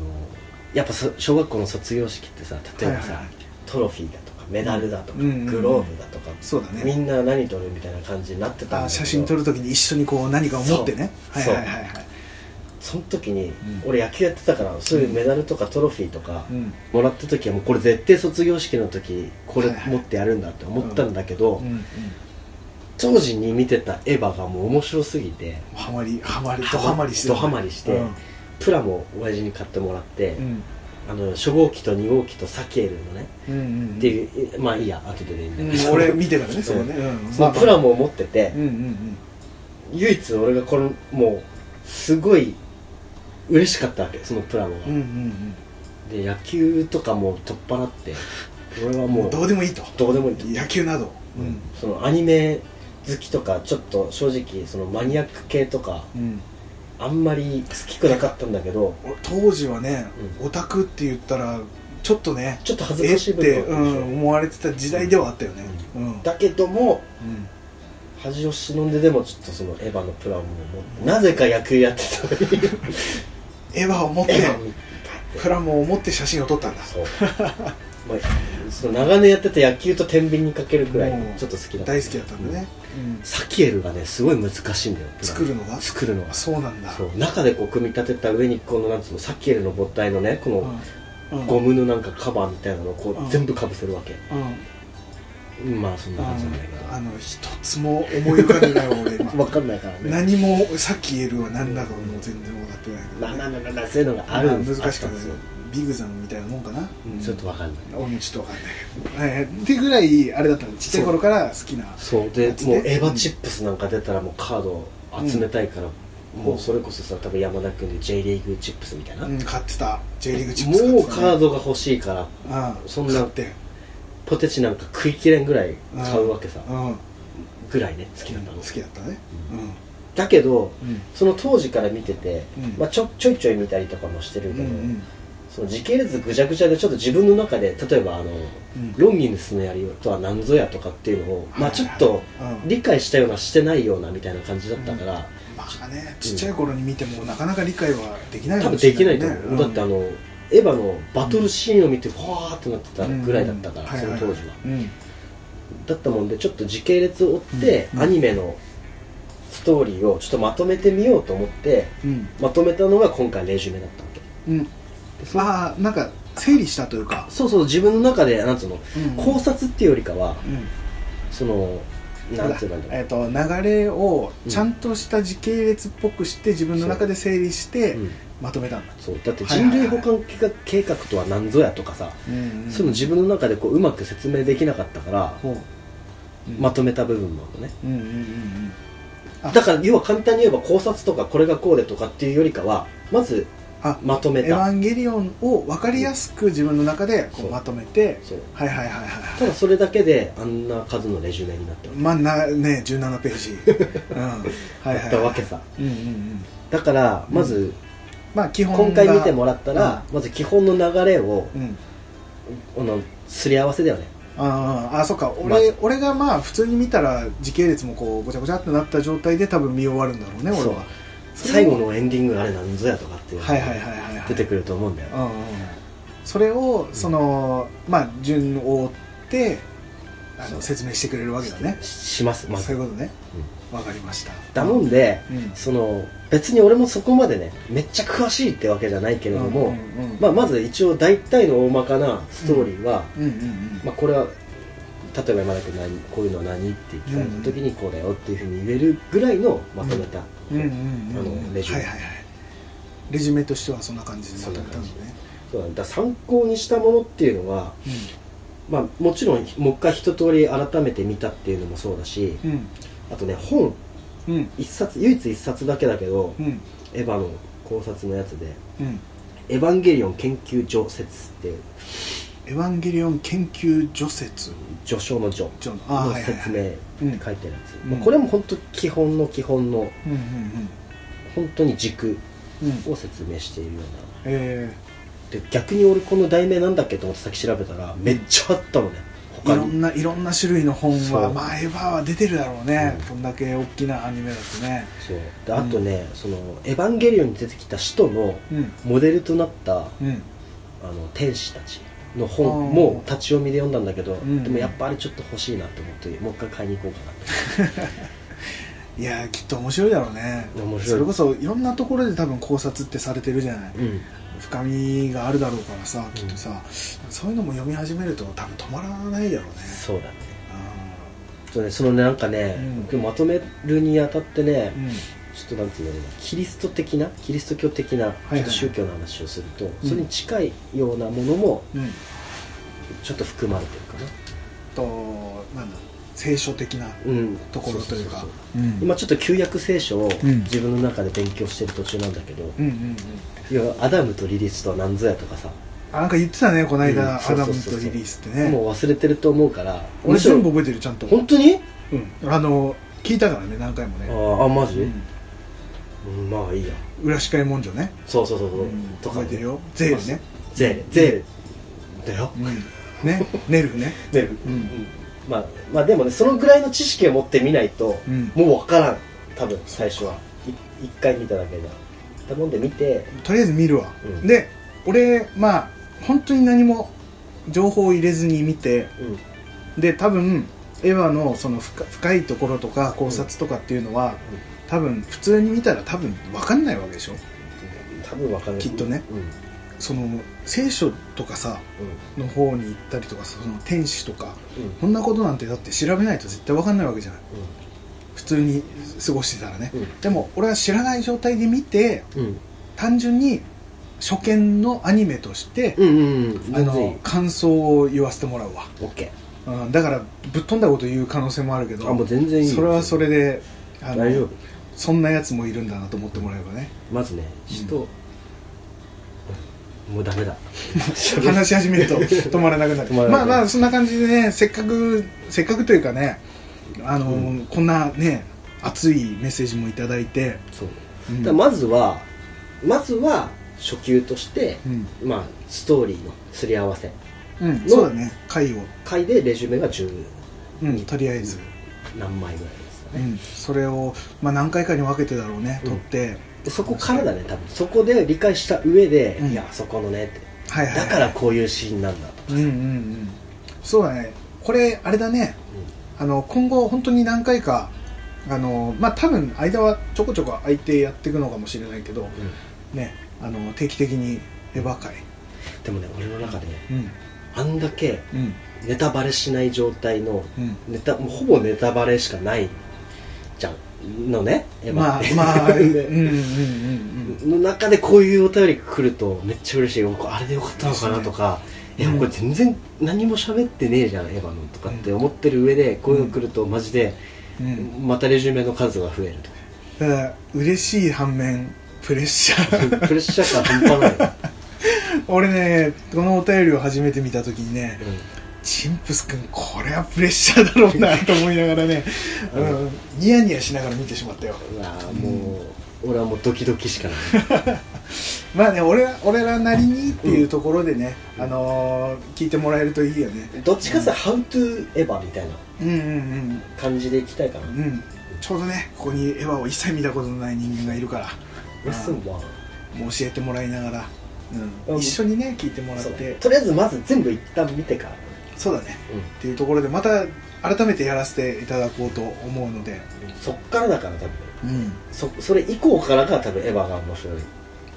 Speaker 1: やっぱそ小学校の卒業式ってさ例えばさ、
Speaker 2: はいはいはい
Speaker 1: トロフィーだとかメダルだとか、
Speaker 2: うんうんうん
Speaker 1: グローブだとか、
Speaker 2: そうだ
Speaker 1: み
Speaker 2: ね
Speaker 1: んな何撮るみたいな感じになってたんだけ
Speaker 2: あ
Speaker 1: ど
Speaker 2: 写真撮るときに一緒にこう何かを持ってねは
Speaker 1: そう
Speaker 2: いはいはいはい
Speaker 1: その時に、
Speaker 2: うん
Speaker 1: 俺野球やってたからそういうメダルとかトロフィーとか
Speaker 2: うん
Speaker 1: もらった時はもうこれ絶対卒業式の時これ
Speaker 2: はいはい
Speaker 1: 持ってやるんだって思ったんだけど、
Speaker 2: うんうん
Speaker 1: 当時に見てたエヴァがもう面白すぎて
Speaker 2: ハマりハマり
Speaker 1: ハ
Speaker 2: ド
Speaker 1: マ
Speaker 2: ハマりしてたね
Speaker 1: ドハマりして
Speaker 2: うん
Speaker 1: プラも親父に買ってもらって、
Speaker 2: うん
Speaker 1: あの初号機と2号機とサキエルのね、
Speaker 2: うんうん
Speaker 1: っていうまあいいや後ででいいんだ
Speaker 2: う
Speaker 1: け
Speaker 2: ん
Speaker 1: ど、
Speaker 2: 俺見てたからねそこね、うん
Speaker 1: そのプラモを持ってて、
Speaker 2: うんうんうん
Speaker 1: 唯一俺がこのもうすごい嬉しかったわけそのプラモが、
Speaker 2: うんうん
Speaker 1: で野球とかもう取っ払って俺は
Speaker 2: うんも
Speaker 1: も
Speaker 2: う
Speaker 1: う
Speaker 2: どうでもいいと
Speaker 1: どうでもいいと、
Speaker 2: 野球などうん
Speaker 1: そのアニメ好きとかちょっと正直そのマニアック系とか
Speaker 2: うん
Speaker 1: あんまり好きくなかったんだけど
Speaker 2: お当時はね、
Speaker 1: う
Speaker 2: オタクって言ったらちょっとね
Speaker 1: ちょっと恥ず
Speaker 2: え
Speaker 1: か
Speaker 2: っ
Speaker 1: しい部分
Speaker 2: て、
Speaker 1: が
Speaker 2: う
Speaker 1: あるでしょ
Speaker 2: ん、思われてた時代ではあったよねうん、うん
Speaker 1: だけども恥を忍んででもちょっとそのエヴァのプラモを持ってなぜか野球やってたのに
Speaker 2: エヴァを持って
Speaker 1: エヴァに
Speaker 2: プラモを持って写真を撮ったんだ
Speaker 1: そうまあその長年やってた野球と天秤にかけるくら
Speaker 2: も
Speaker 1: いうちょっと好きだった
Speaker 2: 大好きだったんだね、うん
Speaker 1: サキエルがねすごい難しいんだよプラモ
Speaker 2: 作るのが
Speaker 1: 作るのが
Speaker 2: あそうなんだ
Speaker 1: そう中でこう組み立てた上にこのなんつうのサキエルの母体のねこの
Speaker 2: うん
Speaker 1: ゴムのなんかカバーみたいなのをこ
Speaker 2: う
Speaker 1: うん全部かぶせるわけ、
Speaker 2: うんうん
Speaker 1: まあそんな
Speaker 2: あ
Speaker 1: 感じじゃない
Speaker 2: のあ
Speaker 1: か
Speaker 2: の一つも思い浮かべないわ俺
Speaker 1: な
Speaker 2: 今
Speaker 1: 分かんないからね
Speaker 2: 何もさっき言えるは何だかもう全然分かってないけど、
Speaker 1: まあまあまあまあまあそういうのがあるん
Speaker 2: ま難しか
Speaker 1: あ
Speaker 2: った
Speaker 1: んで
Speaker 2: で
Speaker 1: すす
Speaker 2: よ
Speaker 1: よ
Speaker 2: ビグザムみたいなもんかな、うん
Speaker 1: ちょっと分かんない
Speaker 2: 俺もちょっとわかんないけど、はい、ってぐらいあれだったのちっちゃい頃から好きな
Speaker 1: そうで
Speaker 2: やつね
Speaker 1: もうエヴァチップスなんか出たらもうカードを集めたいから、もうそれこそさ多分山田君で J リーグチップスみたいな、
Speaker 2: うん買ってた J リーグチップス
Speaker 1: もう
Speaker 2: 買って
Speaker 1: カ
Speaker 2: たね
Speaker 1: ードが欲しいから
Speaker 2: うん
Speaker 1: そんな
Speaker 2: 買って
Speaker 1: ポテチなんか食いきれんぐらい買うわけさ、
Speaker 2: うん
Speaker 1: ぐらいね好きなんだ
Speaker 2: 好きだったね
Speaker 1: だけど
Speaker 2: うんうん
Speaker 1: その当時から見てて、
Speaker 2: うん
Speaker 1: まあ、ちょちょいちょい見たりとかもしてるけど、
Speaker 2: うん
Speaker 1: その時系列ぐちゃぐちゃでちょっと自分の中で例えばあの、
Speaker 2: うん
Speaker 1: ロンギヌスのやりとは何ぞやとかっていうのを、まあ、ちょっと
Speaker 2: うん
Speaker 1: 理解したようなしてないようなみたいな感じだったから、
Speaker 2: まあねちっちゃい頃に見てもなかなか理解はできない
Speaker 1: 多
Speaker 2: か
Speaker 1: 分
Speaker 2: も
Speaker 1: で
Speaker 2: し
Speaker 1: き
Speaker 2: れ
Speaker 1: ない
Speaker 2: ね
Speaker 1: と思う、だってあのエヴァのバトルシーンを見てフわーってなってたぐらいだったから、
Speaker 2: うん
Speaker 1: その当時は、
Speaker 2: うんうん
Speaker 1: だったもんでちょっと時系列を追って、
Speaker 2: うん
Speaker 1: アニメのストーリーをちょっとまとめてみようと思って
Speaker 2: うん
Speaker 1: まとめたのが今回レジュメだったわけ
Speaker 2: うんまあなんか整理したというか
Speaker 1: そうそう自分の中でなんつうの、
Speaker 2: うん
Speaker 1: 考察っていうよりかは
Speaker 2: うん
Speaker 1: そのなんつうの
Speaker 2: えっと流れをちゃんとした時系列っぽくして自分の中で整理して
Speaker 1: うん
Speaker 2: まとめたんだ
Speaker 1: そうだって
Speaker 2: はい
Speaker 1: 人
Speaker 2: はいは
Speaker 1: 類
Speaker 2: い
Speaker 1: 保管計画計画とは何ぞやとかさ、
Speaker 2: うんうん
Speaker 1: そういうの自分の中でこううまく説明できなかったから、
Speaker 2: ほううん
Speaker 1: まとめた部分もあるのね
Speaker 2: うんうんうんうんあ
Speaker 1: だから要は簡単に言えば考察とかこれがこうでとかっていうよりかはまず
Speaker 2: あ
Speaker 1: まとめ
Speaker 2: エヴァ
Speaker 1: た
Speaker 2: ンゲリオンを分かりやすく自分の中でこ
Speaker 1: そうう
Speaker 2: まとめて
Speaker 1: そう
Speaker 2: はいはいはいはい
Speaker 1: ただそれだけであんな数のレジュメになって
Speaker 2: まあなね17ペー ジ、うん、はいはいはい
Speaker 1: ったわけさ
Speaker 2: うんうんうん
Speaker 1: だからまず、
Speaker 2: まあ基本が
Speaker 1: 今回見てもらったら、まず基本の流れを、
Speaker 2: うん
Speaker 1: このすり合わせだよね
Speaker 2: あーあそっか俺,、
Speaker 1: まず
Speaker 2: 俺がまあ普通に見たら時系列もこうごちゃごちゃってなった状態で多分見終わるんだろうね俺
Speaker 1: そう
Speaker 2: はそれ
Speaker 1: 最
Speaker 2: を
Speaker 1: 後のエンディングあれなんぞやとかっていうのが
Speaker 2: はいはいはいはいはい
Speaker 1: 出てくると思うんだよ、
Speaker 2: うんうんそれをそのまあ順を追ってあの説明してくれるわけだね
Speaker 1: ししますま
Speaker 2: そう
Speaker 1: ず
Speaker 2: いうことねわかりました
Speaker 1: だもんで、
Speaker 2: うん
Speaker 1: その別に俺もそこまでねめっちゃ詳しいってわけじゃないけれども、
Speaker 2: うんうんうん
Speaker 1: まあ、まず一応大体の大まかなストーリーは、
Speaker 2: うんうんうん
Speaker 1: まあ、これは例えば山田君何こういうのは何って聞かれた時にこれよっていうふうに言えるぐらいのまとめた、
Speaker 2: うんうんうん
Speaker 1: あのレジュメ
Speaker 2: はいはいはいレジュメとしてはそんな感じでまとめたのね
Speaker 1: そそうなんだ参考にしたものっていうのは、まあ、もちろんもう一回一通り改めて見たっていうのもそうだし
Speaker 2: うんうん
Speaker 1: あとね本
Speaker 2: うん
Speaker 1: 一冊唯一一冊だけだけど、
Speaker 2: うん
Speaker 1: エヴァの考察のやつで
Speaker 2: うん
Speaker 1: 「エヴァンゲリオン研究所説」っていう
Speaker 2: エヴァンゲリオン研究除説
Speaker 1: 序章の序
Speaker 2: 序のあー
Speaker 1: の
Speaker 2: はいはいはい
Speaker 1: 説明
Speaker 2: うん
Speaker 1: 書いてるやつ、
Speaker 2: うん
Speaker 1: まあこれも本当基本の基本の
Speaker 2: うんうん
Speaker 1: 本当に軸
Speaker 2: うんうん
Speaker 1: を説明しているような
Speaker 2: え
Speaker 1: で逆に俺この題名なんだっけと思ってさっき調べたらめっちゃあったのね
Speaker 2: ーい
Speaker 1: 他
Speaker 2: ろ
Speaker 1: に
Speaker 2: んないろんな種類の本
Speaker 1: そ
Speaker 2: は
Speaker 1: う
Speaker 2: まあエヴァは出てるだろうね
Speaker 1: うん
Speaker 2: こんだけ大きなアニメだとね
Speaker 1: そうであとね、その「エヴァンゲリオン」に出てきた使徒の
Speaker 2: うん
Speaker 1: モデルとなった
Speaker 2: うん
Speaker 1: あの天使たちの本も立ち読みで読んだんだけど、
Speaker 2: ん
Speaker 1: でもやっぱあれちょっと欲しいなと思ってもう一回買いに行こうかなって
Speaker 2: いやーきっと面白いだろうね
Speaker 1: 面白い
Speaker 2: それこそいろんなところで多分考察ってされてるじゃない、
Speaker 1: うん
Speaker 2: 深みがあるだろうからさきっとさ、そういうのも読み始めると多分止まらないだろうね
Speaker 1: そうだね
Speaker 2: あ
Speaker 1: そうねそのねなんかね、
Speaker 2: うん
Speaker 1: まとめるにあたってね
Speaker 2: ー、うん
Speaker 1: ちょっとなんていうのかなキリスト的なキリスト教的な
Speaker 2: はい
Speaker 1: ちょっと宗教の話をすると、
Speaker 2: ん
Speaker 1: それに近いようなものも
Speaker 2: うん
Speaker 1: ちょっと含まれてるかな、
Speaker 2: となんだ聖書的な
Speaker 1: うん、
Speaker 2: ところというか
Speaker 1: そそそ
Speaker 2: うん
Speaker 1: 今ちょっと旧約聖書を
Speaker 2: うん
Speaker 1: 自分の中で勉強してる途中なんだけど、
Speaker 2: うんうんうん
Speaker 1: いやアダムとリリスとは何ぞやとかさ、
Speaker 2: あなんか言ってたねこの間、
Speaker 1: うんそ
Speaker 2: ア
Speaker 1: う
Speaker 2: ダ
Speaker 1: そう
Speaker 2: ム
Speaker 1: そうそう
Speaker 2: とリリースってね
Speaker 1: もう忘れてると思うから
Speaker 2: 俺全部
Speaker 1: むし
Speaker 2: 覚えてるちゃんと
Speaker 1: ろ、本当に
Speaker 2: うん、あの聞いたからね何回も
Speaker 1: あ
Speaker 2: ね、
Speaker 1: ーあマ
Speaker 2: う
Speaker 1: ジ、
Speaker 2: ん、
Speaker 1: うんまあいいや
Speaker 2: 裏司会文書ね、
Speaker 1: そうそうそうそう、
Speaker 2: うん
Speaker 1: とか
Speaker 2: 覚えてるよゼールね、
Speaker 1: ゼールゼールだよ、
Speaker 2: うん、ねネルフね
Speaker 1: ゼール
Speaker 2: うん
Speaker 1: まあ、まあでもねそのぐらいの知識を持ってみないと、
Speaker 2: うん
Speaker 1: もう分からん多分最初はい一回見ただけでだもんで見て
Speaker 2: とりあえず見るわ、
Speaker 1: うん
Speaker 2: で俺まあ本当に何も情報を入れずに見て
Speaker 1: うん
Speaker 2: で多分エヴァのその深深いところとか考察とかっていうのは、多分普通に見たら多分分かんないわけでしょ
Speaker 1: 多分分からない
Speaker 2: きっとね
Speaker 1: うんうん
Speaker 2: その聖書とかさの方に行ったりとかその天使とか
Speaker 1: うん
Speaker 2: こんなことなんてだって調べないと絶対分かんないわけじゃない普通に過ごしてたらね、
Speaker 1: うん
Speaker 2: でも俺は知らない状態で見て
Speaker 1: うんうん
Speaker 2: 単純に初見のアニメとして、
Speaker 1: うんうんうん
Speaker 2: あ
Speaker 1: 全然いい
Speaker 2: の感想を言わせてもらうわ、
Speaker 1: オッケ
Speaker 2: うん、だからぶっ飛んだこと言う可能性もあるけど
Speaker 1: ーあもう全然いいよ
Speaker 2: それはそれであの
Speaker 1: 大丈夫
Speaker 2: そんなやつもいるんだなと思ってもらえ ばね
Speaker 1: まずね人、
Speaker 2: う
Speaker 1: うんもうダメだ
Speaker 2: 話し始めると止まらなくな
Speaker 1: 止ま
Speaker 2: る
Speaker 1: らなくなる
Speaker 2: まあまあそんな感じでねせっかくせっかくというかねあの、こんなね熱いメッセージもいただいて、
Speaker 1: そう
Speaker 2: うん
Speaker 1: だからまずはまずは初級として、
Speaker 2: うん
Speaker 1: まあストーリーのすり合わせ
Speaker 2: うんそうだね回を、
Speaker 1: 回でレジュメが10
Speaker 2: うん、とりあえず、
Speaker 1: 何枚ぐらいですか
Speaker 2: う
Speaker 1: ね、
Speaker 2: ん、それを、まあ、何回かに分けてだろうね
Speaker 1: うん
Speaker 2: 取って、
Speaker 1: でそこからだね多分そこで理解した上で、
Speaker 2: うん
Speaker 1: いやあそこのねって
Speaker 2: はいはい、は
Speaker 1: だ
Speaker 2: い、
Speaker 1: からこういうシーンなんだとか、
Speaker 2: うんうんうんそうだねこれあれだねあの今後本当に何回かあのまあ多分間はちょこちょこ空いてやっていくのかもしれないけど
Speaker 1: うん
Speaker 2: ねあの定期的にエヴァ会
Speaker 1: でもね俺の中で
Speaker 2: うん
Speaker 1: あんだけ
Speaker 2: うん
Speaker 1: ネタバレしない状態の
Speaker 2: うん
Speaker 1: ネタもうほぼネタバレしかないじゃんのねエヴァ
Speaker 2: ま
Speaker 1: っ
Speaker 2: あ
Speaker 1: て、
Speaker 2: ま あうんうんうんうん
Speaker 1: の中でこういうお便り来るとめっちゃ嬉しい僕あれでよかったのかなとか、
Speaker 2: そうね
Speaker 1: いやこれ全然何も喋ってねえじゃんエヴァのとかって思ってる上でこういうの来るとマジで
Speaker 2: うん
Speaker 1: またレジュメの数が増えると
Speaker 2: だから嬉しい反面プレッシ ャー
Speaker 1: プレッシャー感半端 ない、
Speaker 2: 俺ねこのお便りを初めて見た時にね、
Speaker 1: うん
Speaker 2: チンプス君これはプレッシャーだろうなと思いながらね、うん、ニヤニヤしながら見てしまったよ
Speaker 1: うわーもう、俺はもうドキドキしかない
Speaker 2: まあね俺ら俺らなりにっていうところでね、あのー聞いてもらえるといいよね
Speaker 1: どっちかさ、ハウトゥーエヴァみたいな
Speaker 2: うんうん
Speaker 1: 感じでいきたいかな
Speaker 2: うんうんちょうどねここにエヴァを一切見たことのない人間がいるから
Speaker 1: レッスンは
Speaker 2: もう教えてもらいながら、うん
Speaker 1: うん
Speaker 2: 一緒にね聞いてもらっ
Speaker 1: そうだね
Speaker 2: て
Speaker 1: とりあえずまず全部一旦見てから
Speaker 2: そうだねっていうところでまた改めてやらせていただこうと思うので
Speaker 1: うんそっからだから多分
Speaker 2: うん、
Speaker 1: そそれ以降からが多分エヴァが面白い、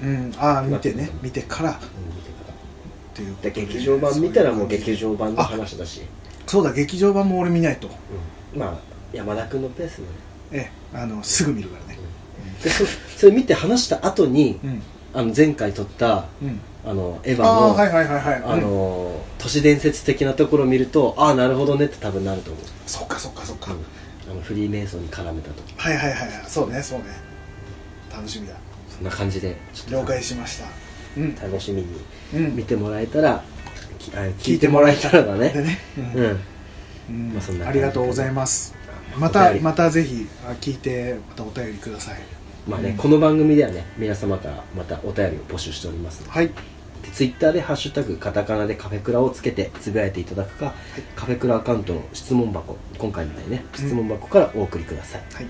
Speaker 1: うん、
Speaker 2: うん、ああ見てね見てから
Speaker 1: 見てから
Speaker 2: ということ
Speaker 1: で
Speaker 2: で
Speaker 1: 劇場版見たらもう
Speaker 2: そういう感じ
Speaker 1: 劇場版の話だし、
Speaker 2: そうだ劇場版も俺見ないと
Speaker 1: うんまあ山田君のペースね
Speaker 2: ええあのすぐ見るからね
Speaker 1: でそそれ見て話した後に
Speaker 2: うん
Speaker 1: あの前回撮った
Speaker 2: うん
Speaker 1: あのエヴァの
Speaker 2: ああ
Speaker 1: あ,、
Speaker 2: ーはいはいはいはいうん
Speaker 1: の都市伝説的なところを見るとああなるほどねって多分なると思う、
Speaker 2: そっかそっかそっか、
Speaker 1: あのフリーメイソンに絡めたと
Speaker 2: はいはいはいはいそうねそうね楽しみだ
Speaker 1: そんな感じでちょ
Speaker 2: 了
Speaker 1: っと
Speaker 2: 解しましたうん
Speaker 1: 楽しみに
Speaker 2: うん
Speaker 1: 見てもらえたら、きあ聞いてもらえたらだ
Speaker 2: で
Speaker 1: ね
Speaker 2: ね、
Speaker 1: う
Speaker 2: うん
Speaker 1: ん
Speaker 2: うん
Speaker 1: まあそんな
Speaker 2: あ
Speaker 1: 感
Speaker 2: り
Speaker 1: じで
Speaker 2: がとうございますま
Speaker 1: お
Speaker 2: た
Speaker 1: 便り
Speaker 2: またぜひあ聞いてまたお便りください
Speaker 1: まあね、
Speaker 2: うん
Speaker 1: この番組ではね皆様からまたお便りを募集しております
Speaker 2: はい
Speaker 1: でツイッターで「ハッシュタグカタカナ」でカフェクラをつけてつぶやいていただくか、カフェクラアカウントの質問箱今回みたいにね質問箱からお送りください、
Speaker 2: はい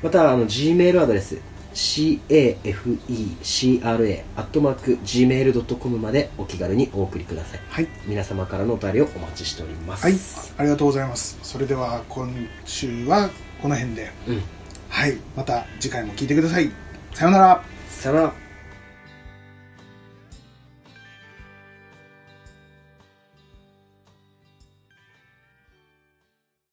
Speaker 1: またあの G メールアドレス cafecra.gmail.com までお気軽にお送りください
Speaker 2: はい
Speaker 1: 皆様からのお便りをお待ちしておりま
Speaker 2: はい
Speaker 1: す、
Speaker 2: ありがとうございますそれでは今週はこの辺で
Speaker 1: うん
Speaker 2: はいまた次回も聞いてくださいさようなら
Speaker 1: さよなら